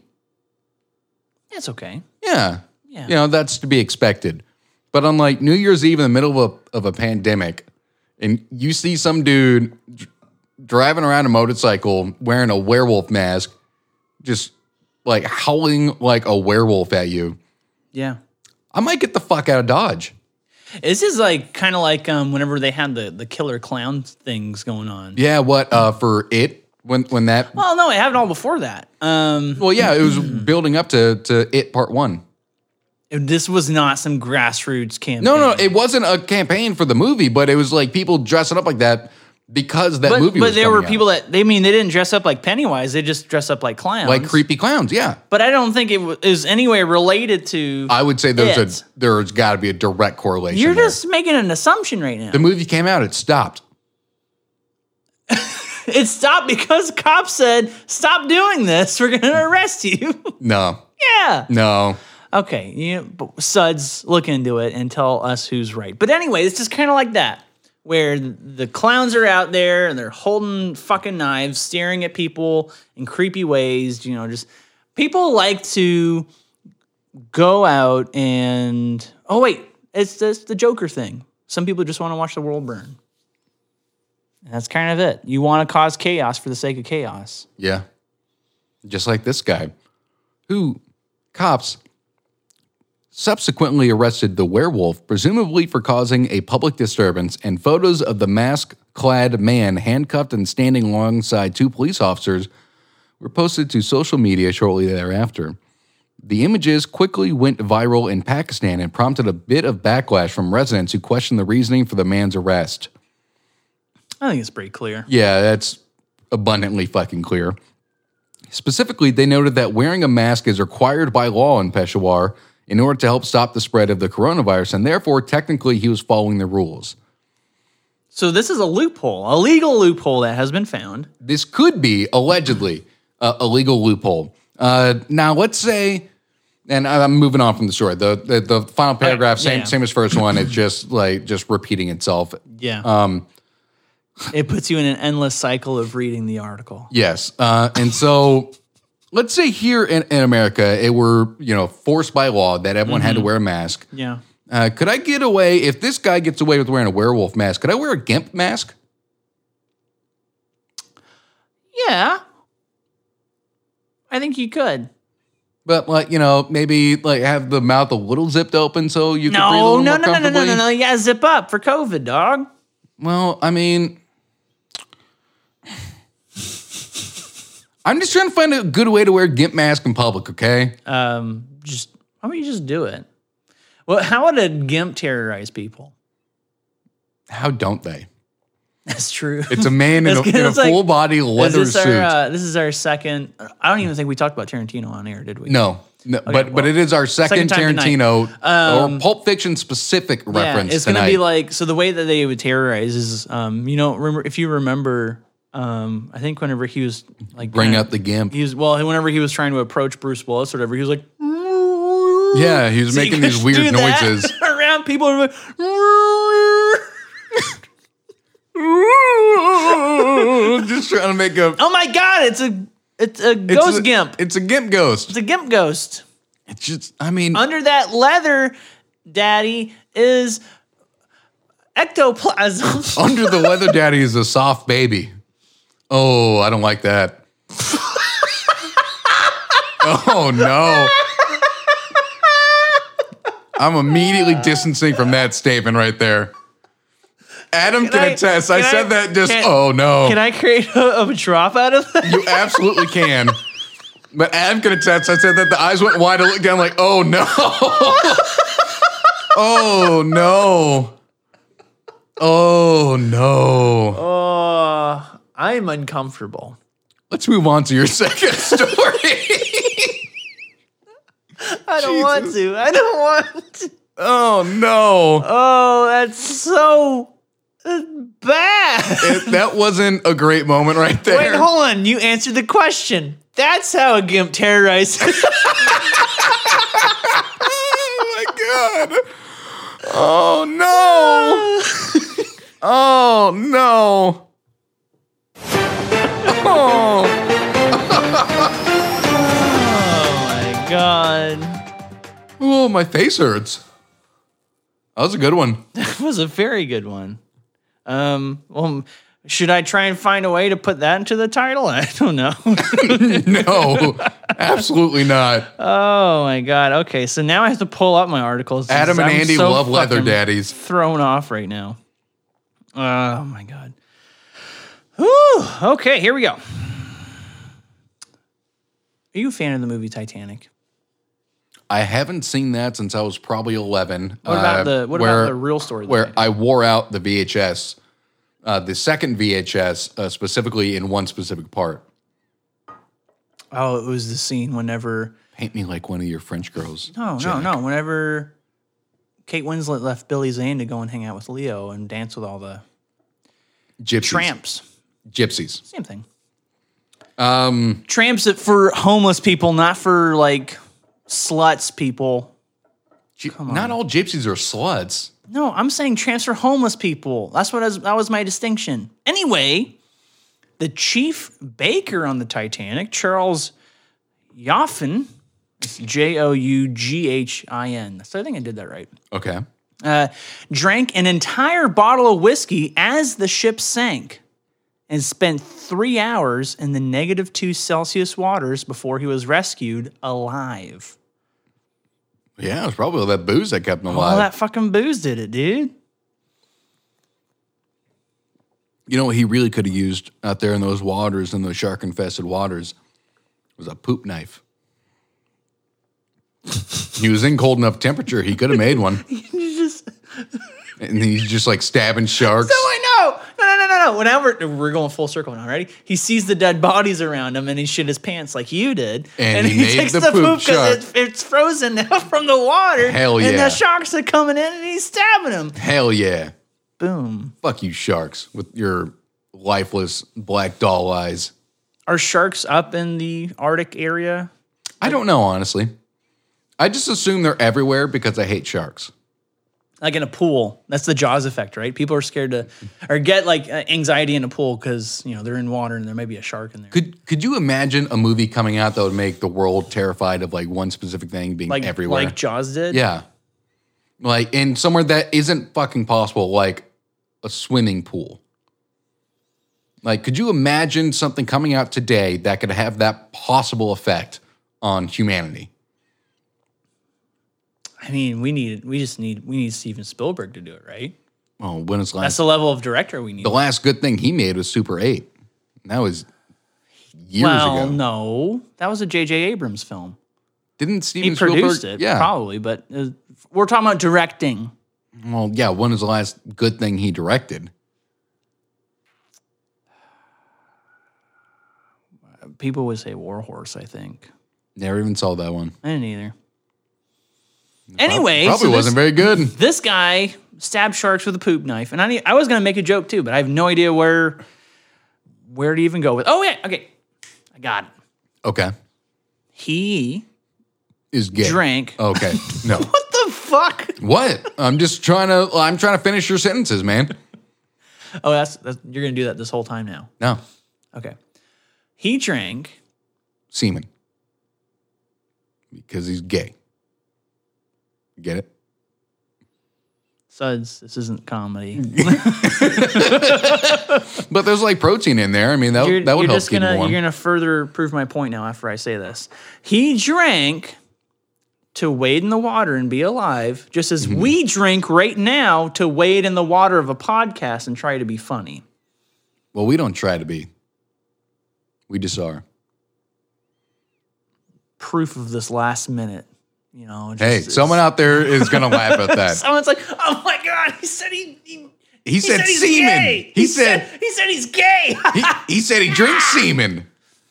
A: it's okay.
B: yeah,
A: Yeah.
B: you know, that's to be expected. But on like New Year's Eve in the middle of a of a pandemic, and you see some dude dr- driving around a motorcycle wearing a werewolf mask, just like howling like a werewolf at you,
A: Yeah.
B: I might get the fuck out of Dodge.
A: This is like kind of like um, whenever they had the, the killer clown things going on.
B: Yeah, what uh, for it when when that
A: Well, no, it happened all before that. Um,
B: Well, yeah, it was building up to to it part one.
A: this was not some grassroots campaign.
B: No, no, it wasn't a campaign for the movie, but it was like people dressing up like that because that
A: but,
B: movie.
A: but
B: was
A: there were
B: coming out.
A: people that they mean they didn't dress up like Pennywise. They just dress up like clowns.
B: like creepy clowns. Yeah,
A: But I don't think it wa- is anywhere related to.
B: I would say there's
A: It.
B: a there's got to be a direct correlation.
A: You're
B: there.
A: just making an assumption right now.
B: the movie came out, it stopped.
A: It stopped because cops said, "Stop doing this. We're gonna arrest you."
B: No,
A: yeah.
B: no,
A: Okay. You but suds, look into it and tell us who's right. But anyway, it's just kind of like that, where the clowns are out there and they're holding fucking knives, staring at people in creepy ways. You know, just people like to go out and oh wait, it's just the Joker thing. Some people just want to watch the world burn. And that's kind of it. You want to cause chaos for the sake of chaos.
B: yeah, just like this guy, who cops subsequently arrested the werewolf, presumably for causing a public disturbance, and photos of the mask clad man handcuffed and standing alongside two police officers were posted to social media shortly thereafter. The images quickly went viral in Pakistan and prompted a bit of backlash from residents who questioned the reasoning for the man's arrest.
A: I think it's pretty clear.
B: Yeah, that's abundantly fucking clear. Specifically, they noted that wearing a mask is required by law in Peshawar in order to help stop the spread of the coronavirus, and therefore, technically, he was following the rules.
A: So this is a loophole, a legal loophole that has been found.
B: This could be allegedly uh, a legal loophole. Uh, now, let's say, and I- I'm moving on from the story. The the, the final paragraph,
A: yeah,
B: same
A: yeah.
B: same as first one. It's just like just repeating itself.
A: Yeah. Um, it puts you in an endless cycle of reading the article.
B: Yes. Uh, and so let's say here in, in America, it were, you know, forced by law that everyone
A: Mm-hmm.
B: had to wear a mask.
A: Yeah.
B: Uh, could I get away, if this guy gets away with wearing a werewolf mask, could I wear a GIMP mask?
A: Yeah. I think you could.
B: But like, you know, maybe like have the mouth a little zipped open so you can breathe a
A: No,
B: little
A: no, no,
B: more
A: no, no,
B: comfortably.
A: no, no, no. You gotta zip up for COVID, dog.
B: Well, I mean, I'm just trying to find a good way to wear a GIMP mask in public, okay?
A: Um, just how about you just do it? Well, how would a GIMP terrorize people?
B: How don't they?
A: That's true.
B: It's a man in a,
A: It's
B: in a
A: like-
B: full body
A: Is
B: leather
A: this
B: suit.
A: our uh, this is our second? I don't even think we talked about Tarantino on air, did we?
B: No, no but but
A: well,
B: it is our second,
A: time tonight. Um,
B: Tarantino or Pulp Fiction specific
A: Yeah,
B: reference
A: it's
B: tonight.
A: gonna be like so. The way that they would terrorize is, um, you know, remember if you remember, um, I think whenever he was like
B: Bring
A: kinda-
B: up the gimp.
A: he was well, whenever he was trying to approach Bruce Willis or whatever, he was like
B: Yeah, he was making these weird
A: do that
B: noises.
A: around people. who were Like,
B: Just trying to make a
A: oh my god, it's a it's a
B: it's
A: ghost
B: a-
A: gimp.
B: It's a gimp ghost.
A: It's a gimp ghost.
B: It's just I mean
A: Under that leather, daddy is ectoplasm.
B: under the leather daddy is a soft baby. Oh, I don't like that. oh no. I'm immediately distancing from that statement right there. Adam can,
A: I-
B: attest. I
A: can I-
B: said that just
A: can-
B: oh no.
A: Can I create a, a drop out of that?
B: you absolutely can. But Adam can attest. I said that the eyes went wide. I looked down like oh no. oh no. Oh no.
A: Oh, I'm uncomfortable.
B: Let's move on to your second story.
A: I don't want to. I don't want to.
B: oh no.
A: Oh, that's so that's bad.
B: It- that wasn't a great moment right there.
A: Wait, hold on. You answered the question. That's how a gimp terrorizes.
B: oh my god. Oh no. Oh no. Oh.
A: oh my god.
B: oh, my face hurts. That was a good one.
A: That was a very good one. Um, well, should I try and find a way to put that into the title? I don't know.
B: No, absolutely not.
A: oh my god. Okay, so now I have to pull up my articles.
B: Adam and
A: I'm
B: Andy
A: so
B: love leather
A: fucking-
B: daddies.
A: thrown off right now. Oh my god. Whew. Okay, here we go. Are you a fan of the movie Titanic?
B: I haven't seen that since I was probably eleven.
A: What about
B: uh,
A: the what
B: where-
A: about the real story? of the
B: where
A: Titanic?
B: I wore out the VHS, uh, the second VHS, uh, specifically in one specific part.
A: oh, it was the scene whenever
B: Paint me like one of your French girls.
A: no
B: Jack.
A: no no whenever Kate Winslet left Billy Zane to go and hang out with Leo and dance with all the
B: Gypsies.
A: tramps.
B: Gypsies.
A: Same thing.
B: Um,
A: Tramps that for homeless people, not for like sluts people.
B: gy- not all gypsies are sluts.
A: No, I'm saying transfer homeless people. That's what I was, that was my distinction. Anyway, the chief baker on the Titanic, Charles Yoffin, J O U G H I N. So I think I did that right.
B: Okay.
A: Uh, drank an entire bottle of whiskey as the ship sank, and spent three hours in the negative two Celsius waters before he was rescued alive.
B: Yeah, it was probably all that booze that kept them
A: All
B: alive.
A: that fucking booze did it, dude.
B: you know what he really could have used out there in those waters, in those shark infested waters, was a poop knife. he was in cold enough temperature, he could have made one.
A: You just.
B: And he's just like stabbing sharks.
A: No, I know. No, no, no, no, no, no. Whenever we're going full circle now, ready? He sees the dead bodies around him, and he shit his pants like you did,
B: And he made the poop shark.
A: it's, it's frozen now from the water.
B: Hell
A: And
B: yeah.
A: the sharks are coming in, and he's stabbing him.
B: Hell yeah.
A: Boom.
B: Fuck you, sharks, with your lifeless black doll eyes.
A: Are sharks up in the Arctic area?
B: I don't know, honestly. I just assume they're everywhere because I hate sharks.
A: Like in a pool, that's the Jaws effect, right? People are scared to, or get like uh, anxiety in a pool because you know they're in water and there may be a shark in there.
B: Could could you imagine a movie coming out that would make the world terrified of like one specific thing being
A: like
B: everywhere?
A: like Jaws did.
B: yeah. Like in somewhere that isn't fucking possible, like a swimming pool. Like, could you imagine something coming out today that could have that possible effect on humanity?
A: I mean, we need we just need we need Steven Spielberg to do it, right?
B: Oh, when it's last
A: That's the level of director we need.
B: the last good thing he made was Super Eight. And That was years
A: well,
B: ago.
A: no, that was a J.J. Abrams film.
B: Didn't
A: He
B: Steven
A: produced
B: Spielberg?
A: it,
B: yeah.
A: probably, but uh, we're talking about directing.
B: Well, yeah. When was the last good thing he directed?
A: People would say War Horse. I think
B: Never even saw that one.
A: I didn't either. Anyway,
B: Probably
A: so
B: wasn't
A: this,
B: very good.
A: this guy stabbed sharks with a poop knife, and I need, I was gonna make a joke too, but I have no idea where where to even go with. Oh yeah, okay, I got it.
B: Okay.
A: He
B: Is gay.
A: drank.
B: Okay. No.
A: What the fuck?
B: what? I'm just trying to. I'm trying to finish your sentences, man.
A: Oh, that's, that's you're gonna do that this whole time now.
B: No.
A: Okay. He drank.
B: Semen. Because he's gay. Get it?
A: Suds, this isn't comedy.
B: But there's like protein in there. I mean, that
A: You're,
B: Oh, that would
A: you're
B: help
A: just
B: keep him
A: gonna
B: warm.
A: you're gonna further prove my point now after I say this. He drank to wade in the water and be alive, just as
B: Mm-hmm.
A: we drink right now to wade in the water of a podcast and try to be funny.
B: Well, we don't try to be. We just are.
A: Proof of this last minute, you know. just-
B: Hey,
A: it's-
B: someone out there is gonna laugh at that.
A: Someone's like, oh my god, he said he. he
B: He
A: he said,
B: said
A: he's
B: semen.
A: gay.
B: He said
A: he said he's gay.
B: he, he said he drinks semen.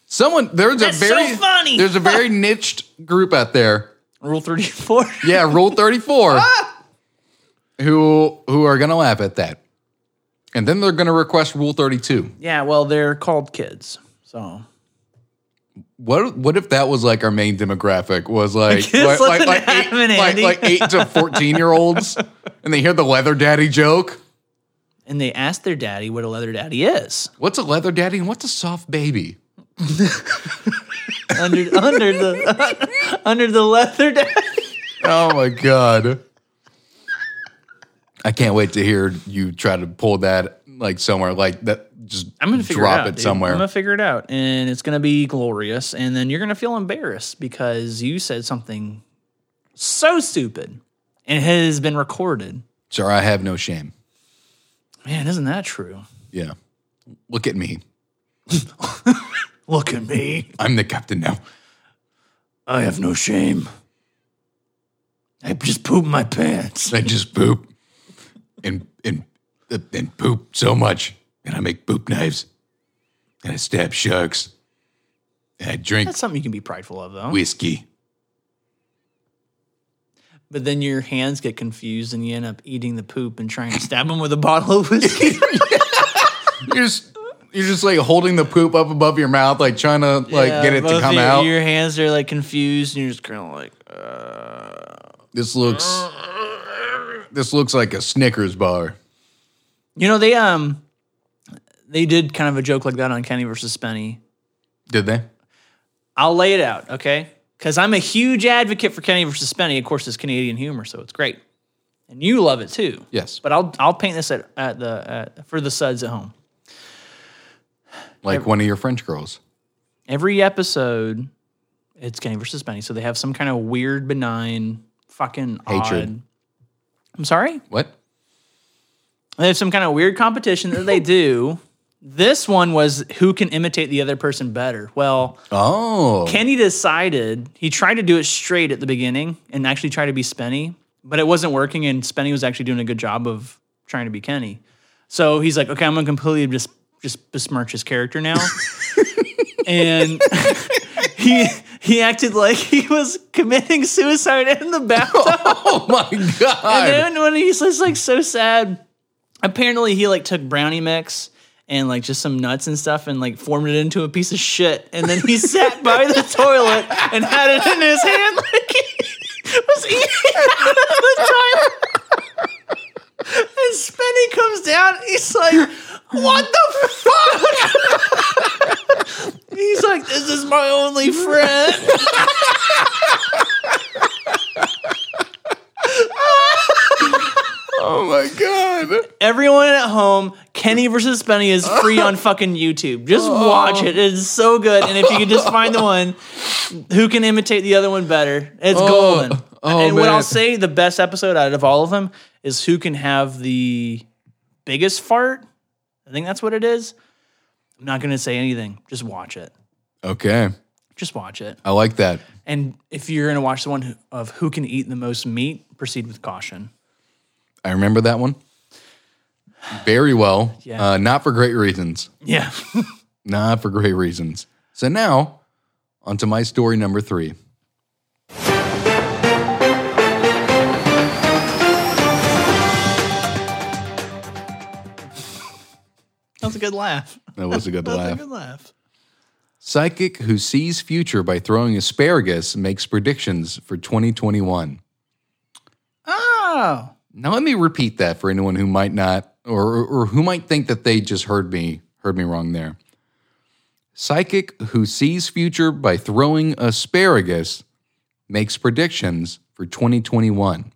B: Someone there's
A: That's
B: a
A: so
B: very
A: funny.
B: there's a very niched group out there.
A: Rule thirty four.
B: Yeah, Rule 34.
A: Ah!
B: who who are gonna laugh at that. And then they're gonna request Rule 32.
A: Yeah, well, they're called kids. So
B: What what if that was like our main demographic was like
A: This
B: like, like,
A: doesn't
B: like,
A: happen,
B: eight, like,
A: Andy.
B: like eight to fourteen year olds and they hear the leather daddy joke?
A: and they asked their daddy what a leather daddy is
B: What's a leather daddy and what's a soft baby?
A: under under the under the leather daddy.
B: Oh my god. I can't wait to hear you try to pull that like somewhere like that just
A: I'm gonna figure
B: drop
A: it out. dude.
B: somewhere.
A: I'm gonna figure it out, and it's gonna be glorious. And then you're gonna feel embarrassed because you said something so stupid, and it has been recorded.
B: Sir, I have no shame.
A: Man, isn't that true?
B: Yeah. Look at me.
A: Look at me.
B: I'm the captain now.
A: I have no shame. I just pooped my pants.
B: I just poop and and and poop so much and I make poop knives and I stab sharks and I drink
A: That's something you can be prideful of, though.
B: whiskey.
A: But then your hands get confused and you end up eating the poop and trying to stab him with a bottle of whiskey.
B: You're just you're just like holding the poop up above your mouth, like trying to like get it to
A: Both
B: come
A: your,
B: out.
A: Your hands are like confused and you're just kind of like, uh,
B: This looks this looks like a Snickers bar.
A: you know they um they did kind of a joke like that on Kenny versus Spenny.
B: Did they?
A: I'll lay it out, okay? Because I'm a huge advocate for Kenny versus Spenny. Of course, it's Canadian humor, so it's great, and you love it too.
B: Yes.
A: But I'll I'll paint this at, at the at, for the suds at home.
B: Like one of your French girls.
A: every episode it's Kenny versus Benny, so they have some kind of weird, benign, fucking
B: Hatred.
A: odd- I'm sorry,
B: What?
A: they have some kind of weird competition that they do. This one was who can imitate the other person better. Well,
B: Oh.
A: Kenny decided he tried to do it straight at the beginning and actually try to be Spenny, but it wasn't working, and Spenny was actually doing a good job of trying to be Kenny. So he's like, okay, I'm gonna completely just just besmirch his character now, and he he acted like he was committing suicide in the bathtub.
B: Oh my god!
A: And then when he's just like so sad, apparently he like took brownie mix and like just some nuts and stuff and like formed it into a piece of shit. And then he sat by the toilet and had it in his hand like he was eating out of the toilet. And Spenny comes down. He's like, "What the fuck?" he's like, "This is my only friend."
B: oh my god!
A: Everyone at home, Kenny versus Spenny is free on fucking YouTube. Just
B: Oh.
A: watch it. It's so good. And if you could just find the one who can imitate the other one better, it's golden.
B: Oh,
A: and what I'll
B: man.
A: say, the best episode out of all of them is who can have the biggest fart. I think that's what it is. I'm not going to say anything. Just watch it.
B: Okay,
A: Just watch it.
B: I like that.
A: And if you're going to watch the one who- of who can eat the most meat, proceed with caution.
B: I remember that one very well.
A: Yeah.
B: Uh, not for great reasons.
A: Yeah.
B: Not for great reasons. So now, onto my story number three.
A: That's a good laugh.
B: That was a good
A: That's a
B: laugh.
A: good laugh.
B: Psychic who sees future by throwing asparagus makes predictions for 2021.
A: Oh.
B: Now let me repeat that for anyone who might not or or who might think that they just heard me heard me wrong there. Psychic who sees future by throwing asparagus makes predictions for 2021.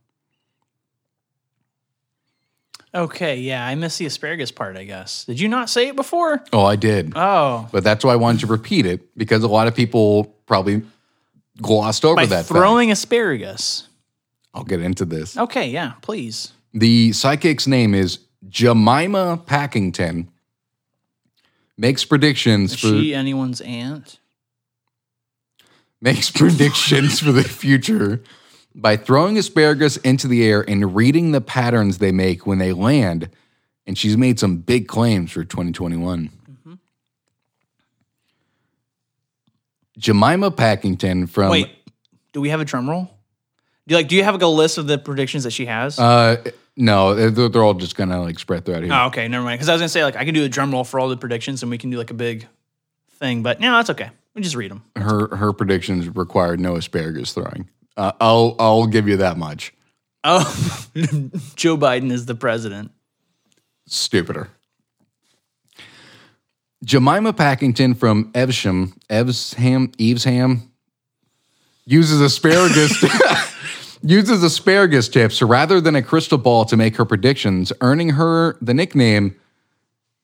A: Okay, yeah, I missed the asparagus part, I guess. Did you not say it before?
B: Oh, I did.
A: Oh.
B: But that's why I wanted to repeat it because a lot of people probably glossed over
A: By
B: that. fact.
A: throwing asparagus.
B: I'll get into this.
A: Okay, yeah, please.
B: The psychic's name is Jemima Packington. Makes predictions
A: Is
B: for
A: she anyone's aunt?
B: makes predictions for the future by throwing asparagus into the air and reading the patterns they make when they land. And she's made some big claims for 2021.
A: Mm-hmm.
B: Jemima Packington from
A: Wait, do we have a drum roll? Do you, like, do you have like a list of the predictions that she has?
B: uh no, they're, they're all just gonna like spread throughout here.
A: oh, okay, never mind. Because I was gonna say like I can do a drum roll for all the predictions and we can do like a big thing, but no, that's okay. We just read them.
B: Her her predictions required no asparagus throwing. Uh, I'll I'll give you that much.
A: Oh, Joe Biden is the president.
B: stupider. Jemima Packington from Evesham, Evesham, Evesham, uses asparagus uses asparagus tips rather than a crystal ball to make her predictions, earning her the nickname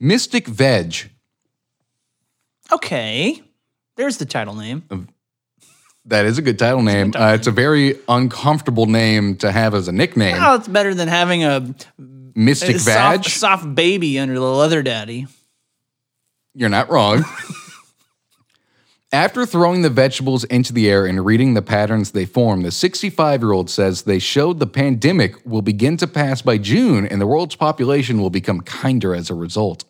B: Mystic Veg.
A: Okay, there's the title name.
B: That is a good title name. uh, it's a very uncomfortable name to have as a nickname.
A: Oh, it's better than having a
B: Mystic Veg.
A: soft, soft baby under the leather daddy.
B: You're not wrong. After throwing the vegetables into the air and reading the patterns they form, the 65 year old says they showed the pandemic will begin to pass by June and the world's population will become kinder as a result.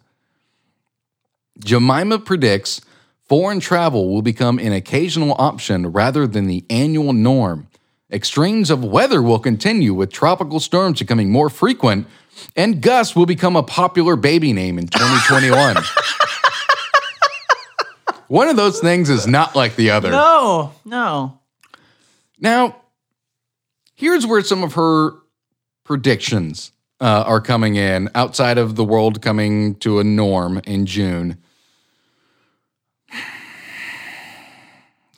B: Jemima predicts foreign travel will become an occasional option rather than the annual norm. Extremes of weather will continue, with tropical storms becoming more frequent, and Gus will become a popular baby name in 2021. One of those things is not like the other.
A: No, no.
B: Now, here's where some of her predictions uh, are coming in outside of the world coming to a norm in June.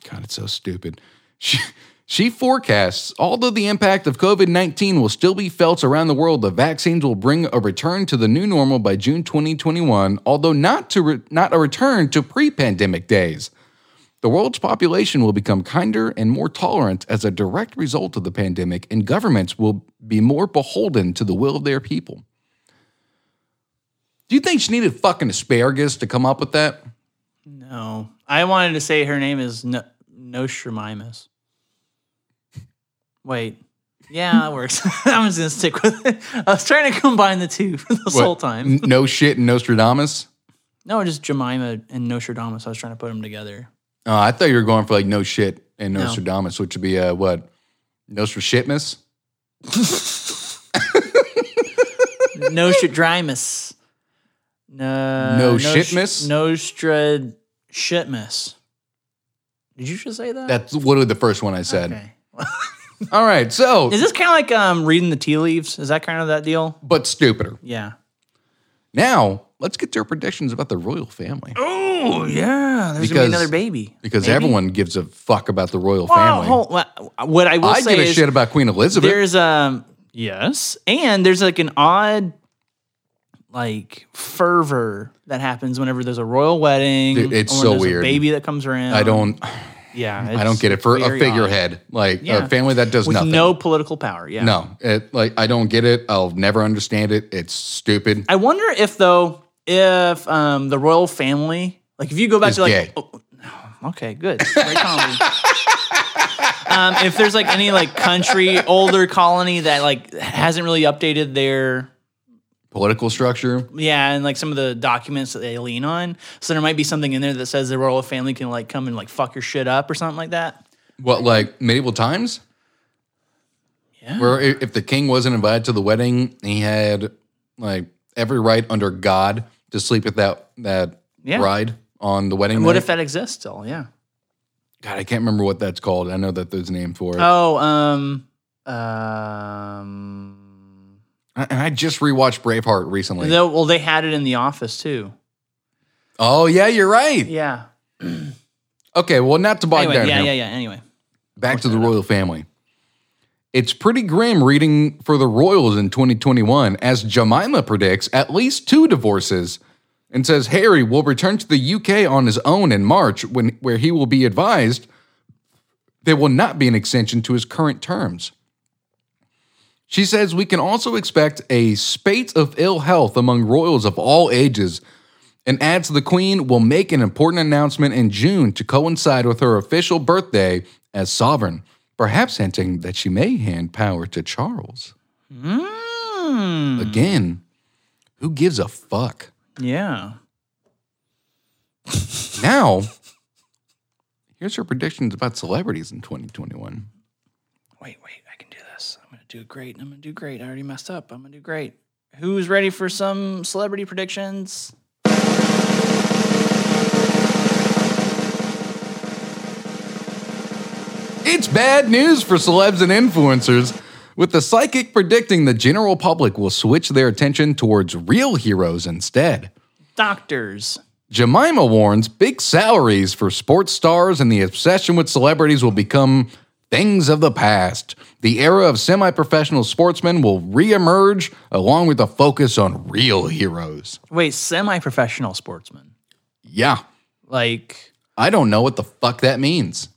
B: God, it's so stupid. She, she forecasts, although the impact of COVID 19 will still be felt around the world, the vaccines will bring a return to the new normal by June 2021, although not, to re- not a return to pre pandemic days. The world's population will become kinder and more tolerant as a direct result of the pandemic, and governments will be more beholden to the will of their people. Do you think she needed fucking asparagus to come up with that?
A: No. I wanted to say her name is no- Nostramimus. Wait. Yeah, that works. I'm just gonna stick with it. I was trying to combine the two for this whole time.
B: N- No shit in Nostradamus.
A: No, just Jemima and Nostradamus. I was trying to put them together.
B: Oh, I thought you were going for like no shit in Nostradamus, which would be uh, what? Nostrashitmus?
A: Nostradamus. No.
B: No
A: Sh-
B: shitmus?
A: Nostrad shitmus. Did you just say that?
B: That's literally the first one I said.
A: okay.
B: All right, so
A: Is this kind of like um reading the tea leaves? Is that kind of that deal?
B: but stupider.
A: Yeah.
B: Now let's get to our predictions about the royal family
A: Oh yeah. There's gonna
B: Because-
A: be another baby.
B: because
A: Maybe?
B: everyone gives a fuck about the royal
A: Oh,
B: family.
A: hold, well, what I will
B: I
A: say
B: give a
A: is
B: shit about Queen Elizabeth.
A: there's um yes, and there's like an odd like fervor that happens whenever there's a royal wedding.
B: Dude, it's
A: or when
B: so
A: there's a
B: weird.
A: baby that comes around.
B: I don't,
A: Yeah,
B: I don't
A: it's
B: get it for a
A: very odd.
B: figurehead, like
A: Yeah.
B: a family that does
A: with
B: nothing.
A: no political power. Yeah.
B: no, it, like I don't get it. I'll never understand it. It's stupid.
A: I wonder if though if um the royal family like if you go back
B: Is
A: to like
B: gay.
A: oh, okay good Great comedy. um if there's like any like country older colony that like hasn't really updated their
B: Political structure.
A: yeah and like some of the documents that they lean on so there might be something in there that says the royal family can like come and like fuck your shit up or something like that
B: What like medieval times?
A: Yeah.
B: Where i- if the king wasn't invited to the wedding, he had like every right under God to sleep with that that
A: Yeah.
B: bride on the wedding.
A: what
B: night.
A: if that exists still yeah
B: God, I can't remember what that's called. I know that there's a name for it.
A: oh um um
B: I- and I just rewatched Braveheart recently.
A: though well they had it in the office too
B: oh yeah, you're right.
A: yeah
B: Okay, well not to bog
A: anyway,
B: down
A: yeah,
B: here.
A: yeah, yeah. Anyway,
B: Back to the royal family. It's pretty grim reading for the royals in 2021 as Jemima predicts at least two divorces and says Harry will return to the UK on his own in March when where he will be advised there will not be an extension to his current terms. She says we can also expect a spate of ill health among royals of all ages and adds the Queen will make an important announcement in June to coincide with her official birthday as sovereign, perhaps hinting that she may hand power to Charles.
A: Mm,
B: Again, who gives a fuck?
A: yeah.
B: Now, here's her predictions about celebrities in 2021.
A: Wait, wait. I can do this. I'm gonna do great. I'm gonna do great. I already messed up. I'm gonna do great. Who's ready for some celebrity predictions?
B: It's bad news for celebs and influencers, with the psychic predicting the general public will switch their attention towards real heroes instead.
A: Doctors.
B: Jemima warns big salaries for sports stars and the obsession with celebrities will become things of the past. The era of semi professional sportsmen will reemerge along with a focus on real heroes.
A: Wait, semi-professional sportsmen.
B: Yeah,
A: Like,
B: I don't know what the fuck that means.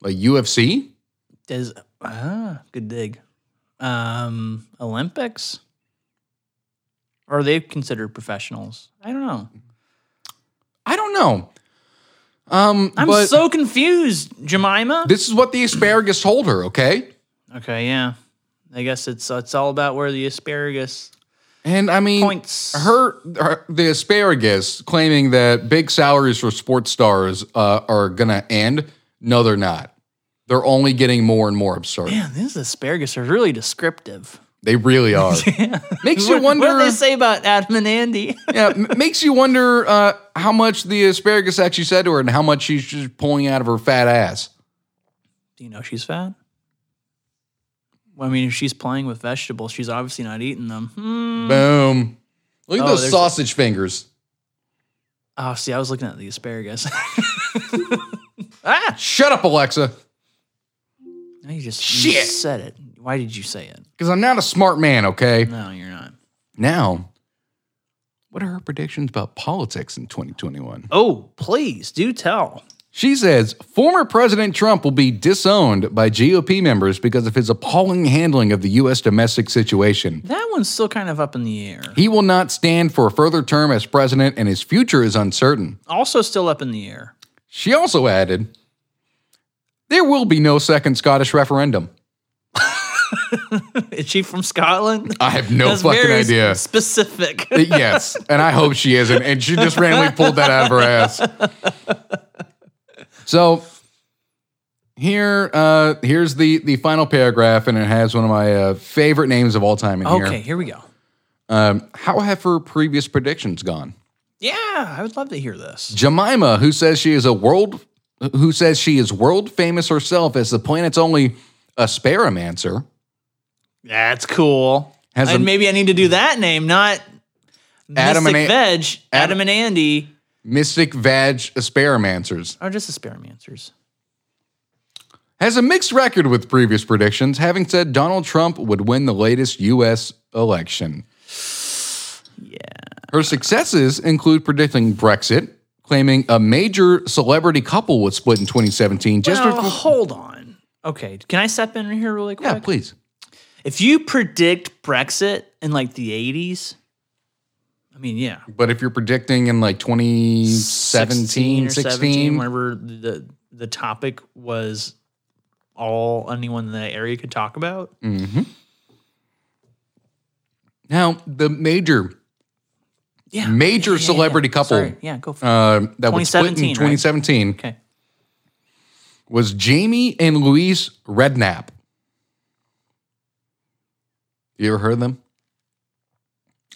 B: Like UFC?
A: does ah good dig. Um, Olympics. Are they considered professionals? I don't know.
B: I don't know. Um,
A: I'm
B: but
A: so confused, Jemima.
B: this is what the asparagus told her, okay?
A: okay, yeah. I guess it's it's all about where the asparagus
B: And I mean,
A: points.
B: her, her- the asparagus claiming that big salaries for sports stars uh, are gonna end. No, they're not. They're only getting more and more absurd.
A: Man, these asparagus are really descriptive.
B: They really are. Makes you
A: What,
B: wonder.
A: what do they say about Adam and Andy?
B: yeah, m- makes you wonder uh, how much the asparagus actually said to her and how much she's just pulling out of her fat ass.
A: do you know she's fat? Well, I mean, if she's playing with vegetables, she's obviously not eating them. Hmm.
B: Boom. Look at
A: Oh,
B: those
A: there's-
B: sausage fingers.
A: Oh, see, I was looking at the asparagus. Ah!
B: Shut up, Alexa,
A: now you just You
B: Shit.
A: said it. Why did you say it?
B: because I'm not a smart man. Okay.
A: No, you're not.
B: Now, what are her predictions about politics in 2021?
A: Oh, please do tell.
B: She says former President Trump will be disowned by GOP members because of his appalling handling of the U.S. domestic situation.
A: That one's still kind of up in the air.
B: He will not stand for a further term as president, and his future is uncertain.
A: Also, still up in the air.
B: She also added, There will be no second Scottish referendum.
A: Is she from Scotland?
B: I have no fucking
A: very
B: idea.
A: Specific.
B: yes, and I hope she isn't. And she just randomly pulled that out of her ass. So here, uh, here's the the final paragraph, and it has one of my uh, favorite names of all time in
A: okay,
B: here.
A: here we go.
B: Um, how have her previous predictions gone?
A: Yeah, I would love to hear this.
B: Jemima, who says she is a world, who says she is world famous herself as the planet's only asparamancer.
A: That's cool.
B: Has
A: and
B: a-
A: maybe I need to do that name, not
B: Adam and
A: Mystic
B: A-
A: Veg, Adam, and Andy,
B: Mystic Vag Asparamancer's
A: or just Asparamoncers.
B: has a mixed record with previous predictions, having said Donald Trump would win the latest U.S. election.
A: Yeah.
B: Her successes include predicting Brexit, claiming a major celebrity couple was split in 2017. Just
A: Now,
B: before-
A: Oh, hold on. Okay, can I step in here really quick?
B: yeah, please.
A: If you predict Brexit in like the 80s, I mean, yeah.
B: But if you're predicting in like 2017,
A: 16 or
B: 16
A: whenever the the topic was all anyone in that area could talk about.
B: Now, the major
A: Yeah.
B: major
A: Yeah, yeah, yeah.
B: celebrity couple
A: Sorry. Yeah, go for it.
B: uh, that was split in
A: 2017, right?
B: 2017
A: Okay.
B: was Jamie and Luis Redknapp. You ever heard of them?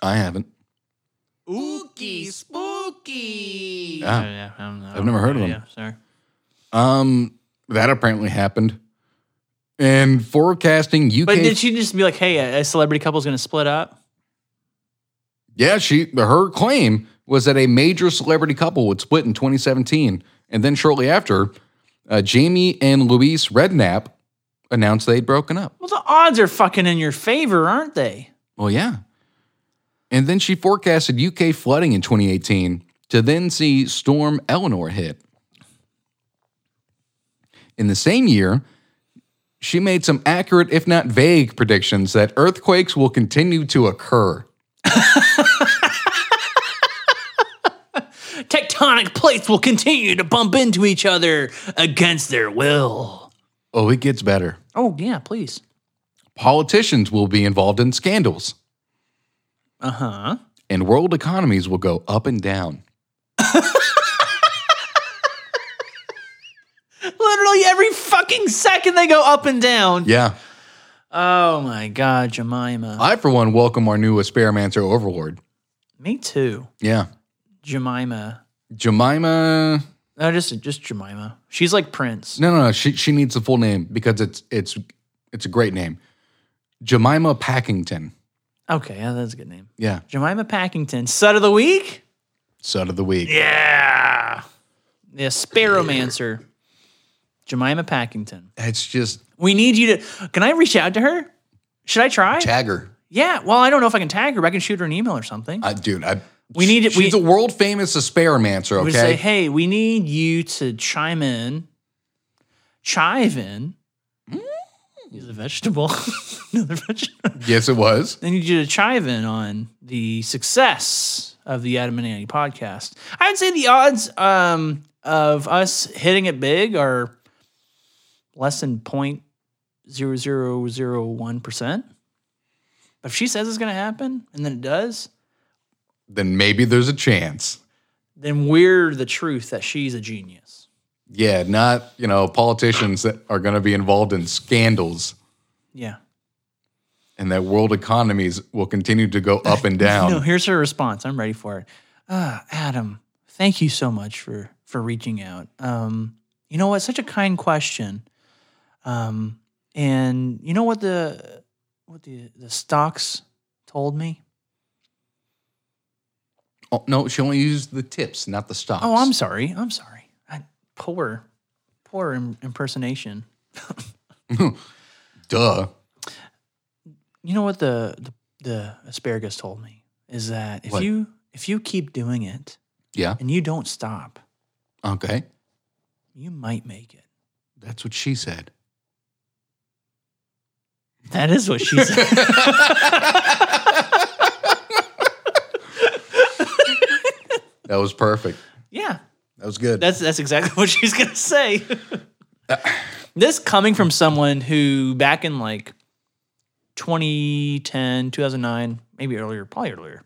B: I haven't.
A: Ookie spooky.
B: Ah.
A: yeah, I don't know.
B: I've never heard of them.
A: Yeah, sorry.
B: Um, that apparently happened. And forecasting UK.
A: But did she just be like, "Hey, a a celebrity couple's going to split up"?
B: yeah, she her claim was that a major celebrity couple would split in 2017, and then shortly after, uh, Jamie and Luis Redknapp announced they'd broken up.
A: Well, the odds are fucking in your favor, aren't they?
B: Well, yeah. And then she forecasted UK flooding in 2018 to then see Storm Eleanor hit. In the same year, she made some accurate, if not vague, predictions that earthquakes will continue to occur.
A: Tectonic plates will continue to bump into each other against their will.
B: Oh, it gets better.
A: Oh yeah, please.
B: Politicians will be involved in scandals,
A: Uh
B: Uh-huh.
A: huh.
B: and world economies will go up and down.
A: Literally every fucking second they go up and down.
B: Yeah.
A: Oh my god, Jemima.
B: I, for one, welcome our new Asparamancer Overlord.
A: Me too,
B: Yeah.
A: Jemima.
B: Jemima.
A: No, just just Jemima. She's like Prince.
B: No, no, no. She she needs the full name because it's it's it's a great name. Jemima Packington.
A: Okay, yeah, that's a good name.
B: Yeah.
A: Jemima Packington, stud of the week.
B: Son of the week.
A: Yeah. The Sparrowmancer. Jemima Packington.
B: It's just
A: We need you to. Can I reach out to her? Should I try?
B: Tagger.
A: Yeah. Well, I don't know if I can tag her, but I can shoot her an email or something.
B: I, dude, I
A: We need it-
B: She's
A: we-
B: a world famous asparamancer,
A: We say,
B: okay?
A: hey, we need you to chime in. Chive in.
B: Mm.
A: Use a vegetable. Another vegetable.
B: yes, it was.
A: I need you to chive in on the success of the Adam and Annie podcast. I'd say the odds um, of us hitting it big are less than point zero zero zero one percent. If she says it's going to happen and then it does,
B: Then maybe there's a chance.
A: then we're the truth that she's a genius.
B: Yeah, not, you know, politicians that are gonna be involved in scandals
A: Yeah.
B: and that world economies will continue to go up and down.
A: No, here's her response. I'm ready for it. Uh, Adam, thank you so much for for reaching out. Um, you know what? Such a kind question. Um, and you know what the what the the stocks told me?
B: Oh, no, she only used the tips, not the stocks.
A: Oh, I'm sorry. I'm sorry. I, poor, poor Im- impersonation.
B: duh.
A: You know what the the, the asparagus told me is that if
B: What?
A: you if you keep doing it
B: Yeah.
A: and you don't stop,
B: Okay.
A: you might make it.
B: That's what she said.
A: That is what she said.
B: That was perfect.
A: yeah.
B: That was good.
A: That's that's exactly what she's gonna say. This coming from someone who back in like 2010, 2009, maybe earlier, probably earlier.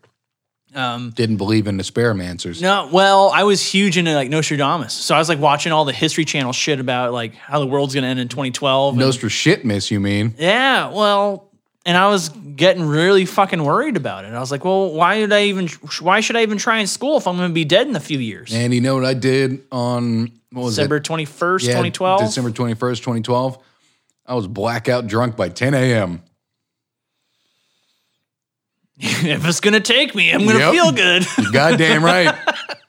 B: Didn't believe in the sparamancers.
A: No, well, I was huge into like Nostradamus. So I was like watching all the History Channel shit about like how the world's going to end in 2012. and-
B: Nostra shit miss, you mean?
A: Yeah, well, and I was getting really fucking worried about it. I was like, well, why did I even? Why should I even try in school if I'm going to be dead in a few years?
B: And you know what I did on what was
A: December
B: it?
A: twenty first,
B: Yeah,
A: twenty twelve.
B: December twenty first, twenty twelve. I was blackout drunk by ten a.m.
A: If it's going to take me, I'm going to
B: Yep.
A: feel good.
B: Goddamn right.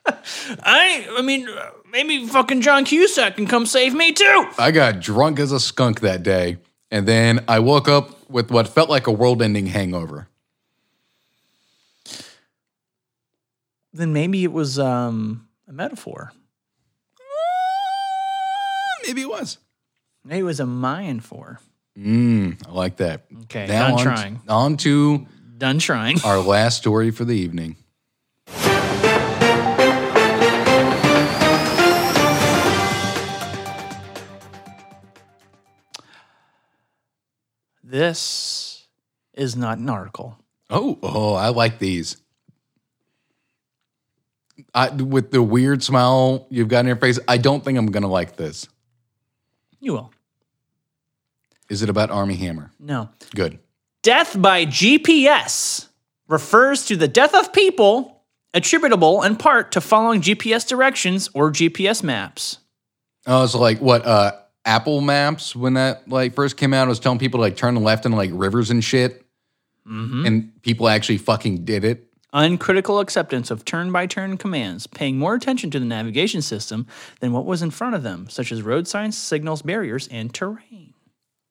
A: I, I mean, uh, maybe fucking John Cusack can come save me too.
B: I got drunk as a skunk that day, and then I woke up with what felt like a world-ending hangover.
A: Then maybe it was um, a metaphor.
B: Maybe it was.
A: Maybe it was a Mayan for.
B: I like that.
A: Okay,
B: Now
A: done
B: on,
A: trying.
B: on to
A: Done trying.
B: our last story for the evening.
A: This is not an article.
B: Oh, oh, I like these. I, with the weird smile you've got in your face, I don't think I'm gonna like this.
A: You will.
B: Is it about Army Hammer?
A: No.
B: Good.
A: Death by GPS refers to the death of people attributable in part to following GPS directions or GPS maps.
B: Oh, it's like what uh, Apple Maps when that like first came out was telling people to like turn left into like rivers and shit, and people actually fucking did it.
A: Uncritical acceptance of turn by turn commands, paying more attention to the navigation system than what was in front of them, such as road signs, signals, barriers, and terrain.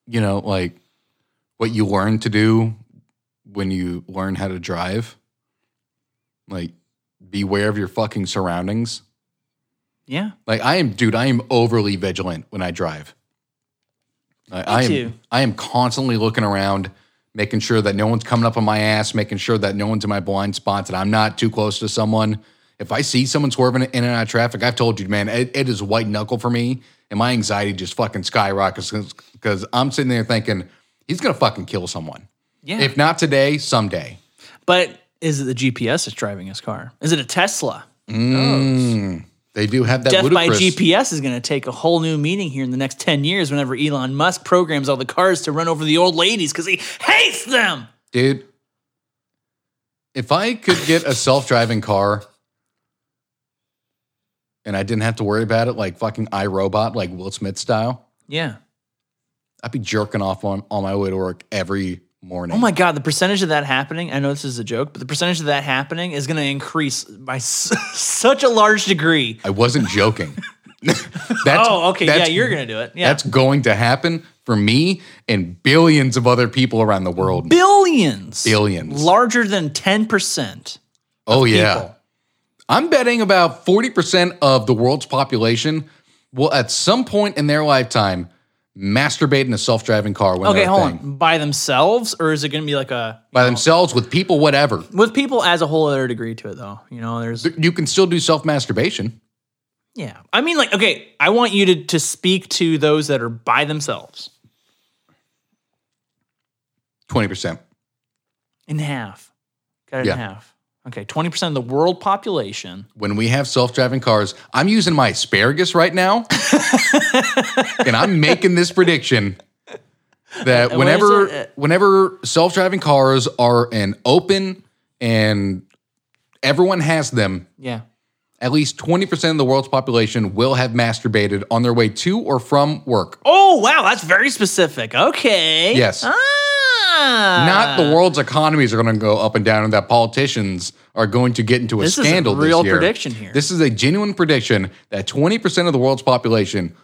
B: You know, like what you learn to do when you learn how to drive. Like, beware of your fucking surroundings.
A: Yeah.
B: Like I am, dude. I am overly vigilant when I drive. I, I am.
A: too.
B: I am constantly looking around, making sure that no one's coming up on my ass, making sure that no one's in my blind spots, that I'm not too close to someone. If I see someone swerving in and out of traffic, I've told you, man, it, it is white knuckle for me, and my anxiety just fucking skyrockets because I'm sitting there thinking he's gonna fucking kill someone.
A: Yeah.
B: If not today, someday.
A: but is it the GPS that's driving his car? Is it a Tesla?
B: They do have that
A: Death
B: ludicrous.
A: by GPS is going to take a whole new meaning here in the next 10 years whenever Elon Musk programs all the cars to run over the old ladies because he hates them.
B: Dude, if I could get a self driving car and I didn't have to worry about it like fucking iRobot, like Will Smith style,
A: Yeah.
B: I'd be jerking off on, on my way to work every morning.
A: Oh my God, the percentage of that happening, I know this is a joke, but the percentage of that happening is going to increase by s- such a large degree.
B: I wasn't joking. that's,
A: Oh, okay. Yeah,
B: that's-
A: you're going to do it. Yeah.
B: That's going to happen for me and billions of other people around the world.
A: billions.
B: Billions.
A: Larger than 10%.
B: oh, yeah.
A: people.
B: I'm betting about 40% of the world's population will at some point in their lifetime masturbate in a self-driving car when
A: Okay,
B: they're a
A: hold
B: thing.
A: on. By themselves, or is it going to be like a.
B: By themselves with people whatever.
A: With people as a whole other degree to it, though. You know, there's.
B: You can still do self-masturbation.
A: Yeah. I mean, like, okay, I want you to, to speak to those that are by themselves
B: 20%.
A: in half. Got it
B: Yeah.
A: in half. Okay, 20% of the world population.
B: When we have self-driving cars, I'm using my asparagus right now. and I'm making this prediction that
A: And what is uh,
B: whenever
A: it?
B: whenever self-driving cars are an open and everyone has them,
A: Yeah.
B: At least 20% of the world's population will have masturbated on their way to or from work.
A: Oh, wow, that's very specific. Okay.
B: Yes.
A: Ah.
B: Not the world's economies are going to go up and down, and that politicians are going to get into a
A: This is a
B: scandal
A: real
B: this year.
A: prediction here.
B: This is a genuine prediction that 20% of the world's population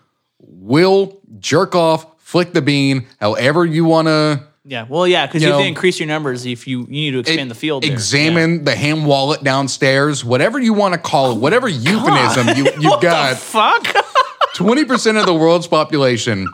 B: will jerk off, flick the bean, however you want to
A: Yeah. Well, yeah, because you,
B: You
A: have to
B: know,
A: increase your numbers if you, you need to expand the field. there.
B: examine the ham wallet downstairs, whatever you want to call it, whatever euphemism you,
A: Yeah.
B: you've
A: Oh What the
B: got.
A: fuck?
B: Twenty percent of the world's population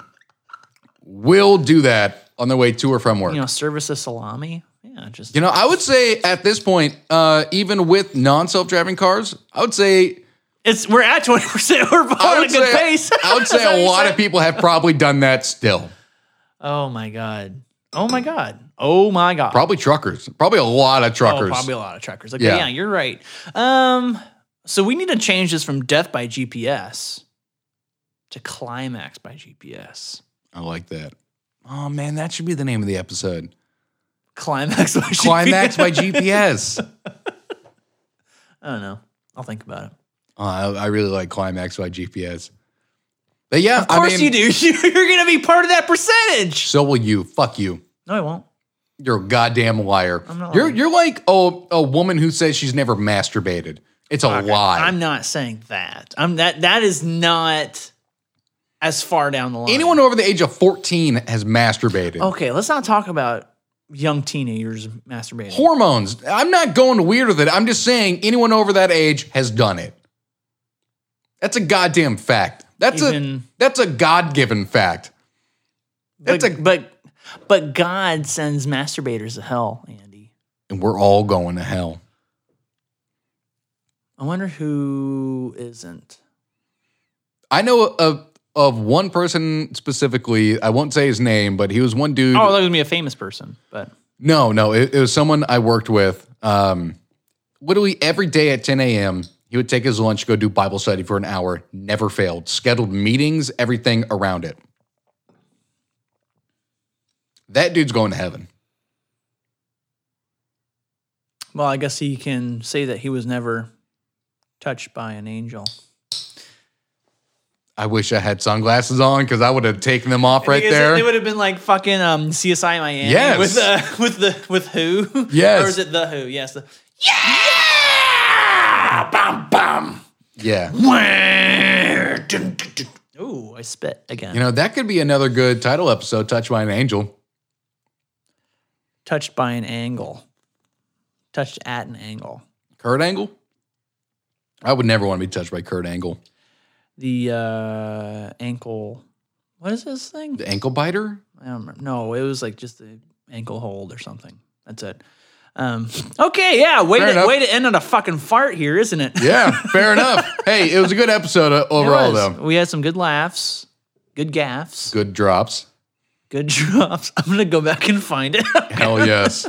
B: will do that on their way to or from work.
A: you know, service of salami. Yeah, just
B: You know, I would say at this point, uh, even with non self driving cars, I would say
A: It's we're at twenty percent. We're on a good
B: say,
A: pace.
B: I would say
A: Is that what
B: a
A: you
B: lot
A: said?
B: of people have probably done that still.
A: Oh my god. Oh my god. Oh my god.
B: Probably truckers. Probably a lot of
A: Oh,
B: truckers.
A: probably a lot of truckers. Okay, yeah.
B: Yeah.
A: you're right. Um, so we need to change this from death by GPS to climax by GPS.
B: I like that. Oh man, that should be the name of the episode.
A: Climax by GPS.
B: Climax by GPS.
A: I don't know. I'll think about it.
B: Oh, I, I really like Climax by GPS. But yeah,
A: Of course
B: I mean,
A: you do. You're gonna be part of that percentage.
B: So will you. Fuck you.
A: No, I won't.
B: You're a goddamn liar.
A: not
B: you're
A: lying.
B: you're like a, a woman who says she's never masturbated. It's a lie.
A: I'm not saying that. I'm that. That is not as far down the line.
B: Anyone over the age of 14 has masturbated.
A: Okay, let's not talk about young teenagers masturbating.
B: Hormones. I'm not going weird with it. I'm just saying anyone over that age has done it. That's a goddamn fact. That's a
A: Even-
B: that's a god given fact. That's
A: but,
B: a
A: but but God sends masturbators to hell, Andy.
B: and we're all going to hell.
A: I wonder who isn't.
B: I know of of one person specifically. I won't say his name, but he was one dude.
A: Oh, that would be a famous person, but
B: No, no, it, it was someone I worked with. Um, literally every day at 10 a.m., he would take his lunch, go do Bible study for an hour. Never failed. Scheduled meetings, everything around it. That dude's going to heaven.
A: well, I guess he can say that he was never touched by an angel.
B: I wish I had sunglasses on because I would have taken them off right
A: They
B: there.
A: would have been like fucking um, CSI Miami
B: Yes.
A: with uh, with the with who?
B: Yes.
A: or is it the who? Yes. The,
B: Yeah.
A: ooh, I spit again.
B: You know, that could be another good title episode, Touched by an Angel.
A: touched by an angle. Touched at an angle.
B: Kurt Angle? I would never want to be touched by Kurt Angle.
A: The uh, ankle. What is this thing?
B: The ankle biter?
A: I don't remember. No, it was like just the ankle hold or something. That's it. Um, okay, yeah. Way
B: Fair
A: to,
B: enough.
A: way to end on a fucking fart here, isn't it?
B: Yeah, fair enough. Hey, it was a good episode uh,
A: It
B: overall,
A: was.
B: though.
A: We had some good laughs, good gaffs, good,
B: Good drops.
A: drops. I'm gonna go back and find it.
B: Hell yes.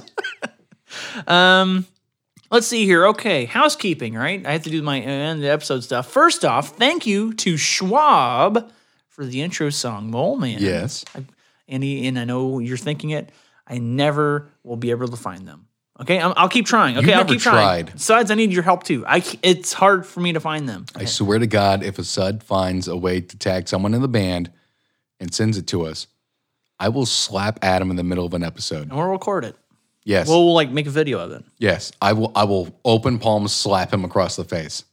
A: Let's see here. Okay, housekeeping. Right, I have to do my end of the episode stuff. First off, thank you to Schwab for the intro song, Mole Man.
B: Yes.
A: Andy, and I know you're thinking it. I never will be able to find them. Okay, I'm, I'll keep trying. Okay, I'll
B: never
A: keep trying.
B: tried.
A: Besides, I need your help too. I c- it's hard for me to find them.
B: I swear to God, if a sud finds a way to tag someone in the band and sends it to us, I will slap Adam in the middle of an episode.
A: And we'll record it.
B: Yes.
A: We'll like make a video of it.
B: yes. I will I will open palm slap him across the face.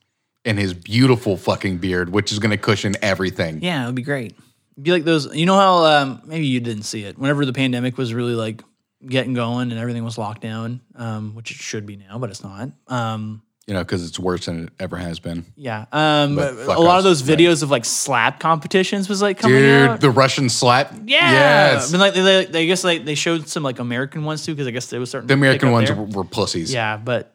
B: And his beautiful fucking beard, which is gonna cushion everything.
A: Yeah, it would be great. It'd be like those. You know how um, maybe you didn't see it. Whenever the pandemic was really like getting going and everything was locked down, um, which it should be now, but it's not. Um,
B: You know, because it's worse than it ever has been.
A: yeah. Um,
B: But
A: a
B: fuck
A: lot
B: us,
A: of those
B: right.
A: videos of like slap competitions was like coming
B: Dude,
A: out.
B: the Russian slap.
A: Yeah.
B: Yes.
A: But like they, they, they- I guess like they showed some like American ones too because I guess they was starting.
B: The American ones
A: There.
B: were, were pussies.
A: Yeah, but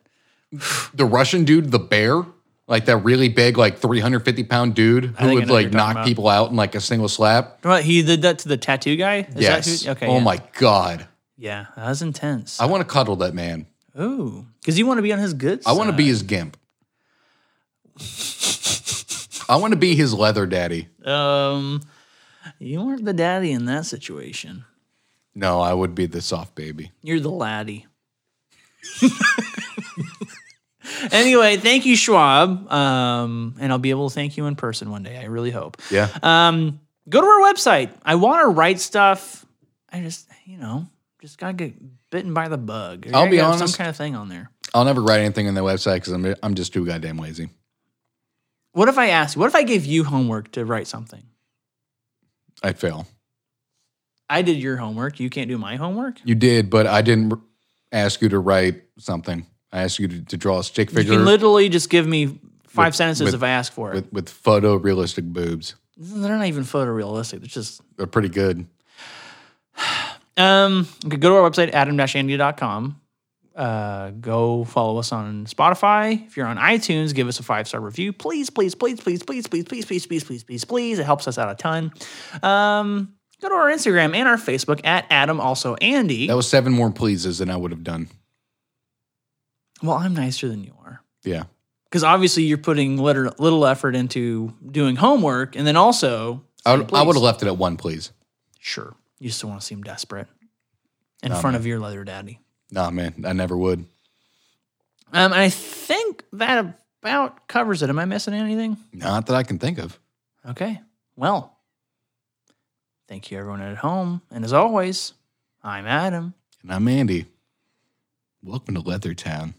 B: the Russian dude, the bear, like that really big, like 350 pound dude who
A: I
B: would
A: know
B: like
A: who you're talking
B: knock
A: about.
B: people out in like a single slap.
A: what he did that to the tattoo guy. Is
B: yes.
A: That who, okay.
B: Oh
A: yeah.
B: my God.
A: Yeah, that was intense.
B: I want to cuddle that man.
A: Ooh, because you want to be on his good.
B: I want to
A: side.
B: be his gimp. I want to be his leather daddy.
A: Um, you weren't the daddy in that situation.
B: No, I would be the soft baby.
A: You're the laddie. anyway, thank you, Schwab. Um, and I'll be able to thank you in person one day. I really hope.
B: Yeah.
A: Um, go to our website. I want to write stuff. I just, you know, just gotta get bitten by the bug. You
B: I'll
A: gotta
B: be
A: have
B: honest.
A: Some kind of thing on there.
B: I'll never write anything on the website because I'm, I'm just too goddamn lazy.
A: What if I asked? What if I gave you homework to write something?
B: I'd fail.
A: I did your homework. You can't do my homework.
B: You did, but I didn't r- ask you to write something. I asked you to, to draw a stick
A: You
B: figure
A: can literally just give me five
B: With-
A: sentences
B: with-
A: if I ask for it.
B: with, with photorealistic boobs.
A: They're not even photorealistic. They're just
B: They're pretty good.
A: um. Okay, go to our website adam-andy.com. Uh, go follow us on Spotify. If you're on iTunes, give us a five star review. Please, please, please, please, please, please, please, please, please, please, please, please. It helps us out a ton. Um, go to our Instagram and our Facebook at Adam also Andy.
B: That was seven more pleases than I would have done.
A: well, I'm nicer than you are.
B: Yeah.
A: because obviously you're putting little, little effort into doing homework, and then also
B: I would, I
A: Please.
B: would have left it at one, please.
A: sure you still want to seem desperate in front of your leather daddy.
B: Nah, man, I never would.
A: Um, and I think that about covers it. Am I missing anything?
B: Not that I can think of.
A: Okay, well, thank you everyone at home, and as always, I'm Adam.
B: And I'm Andy. Welcome to Leather Town.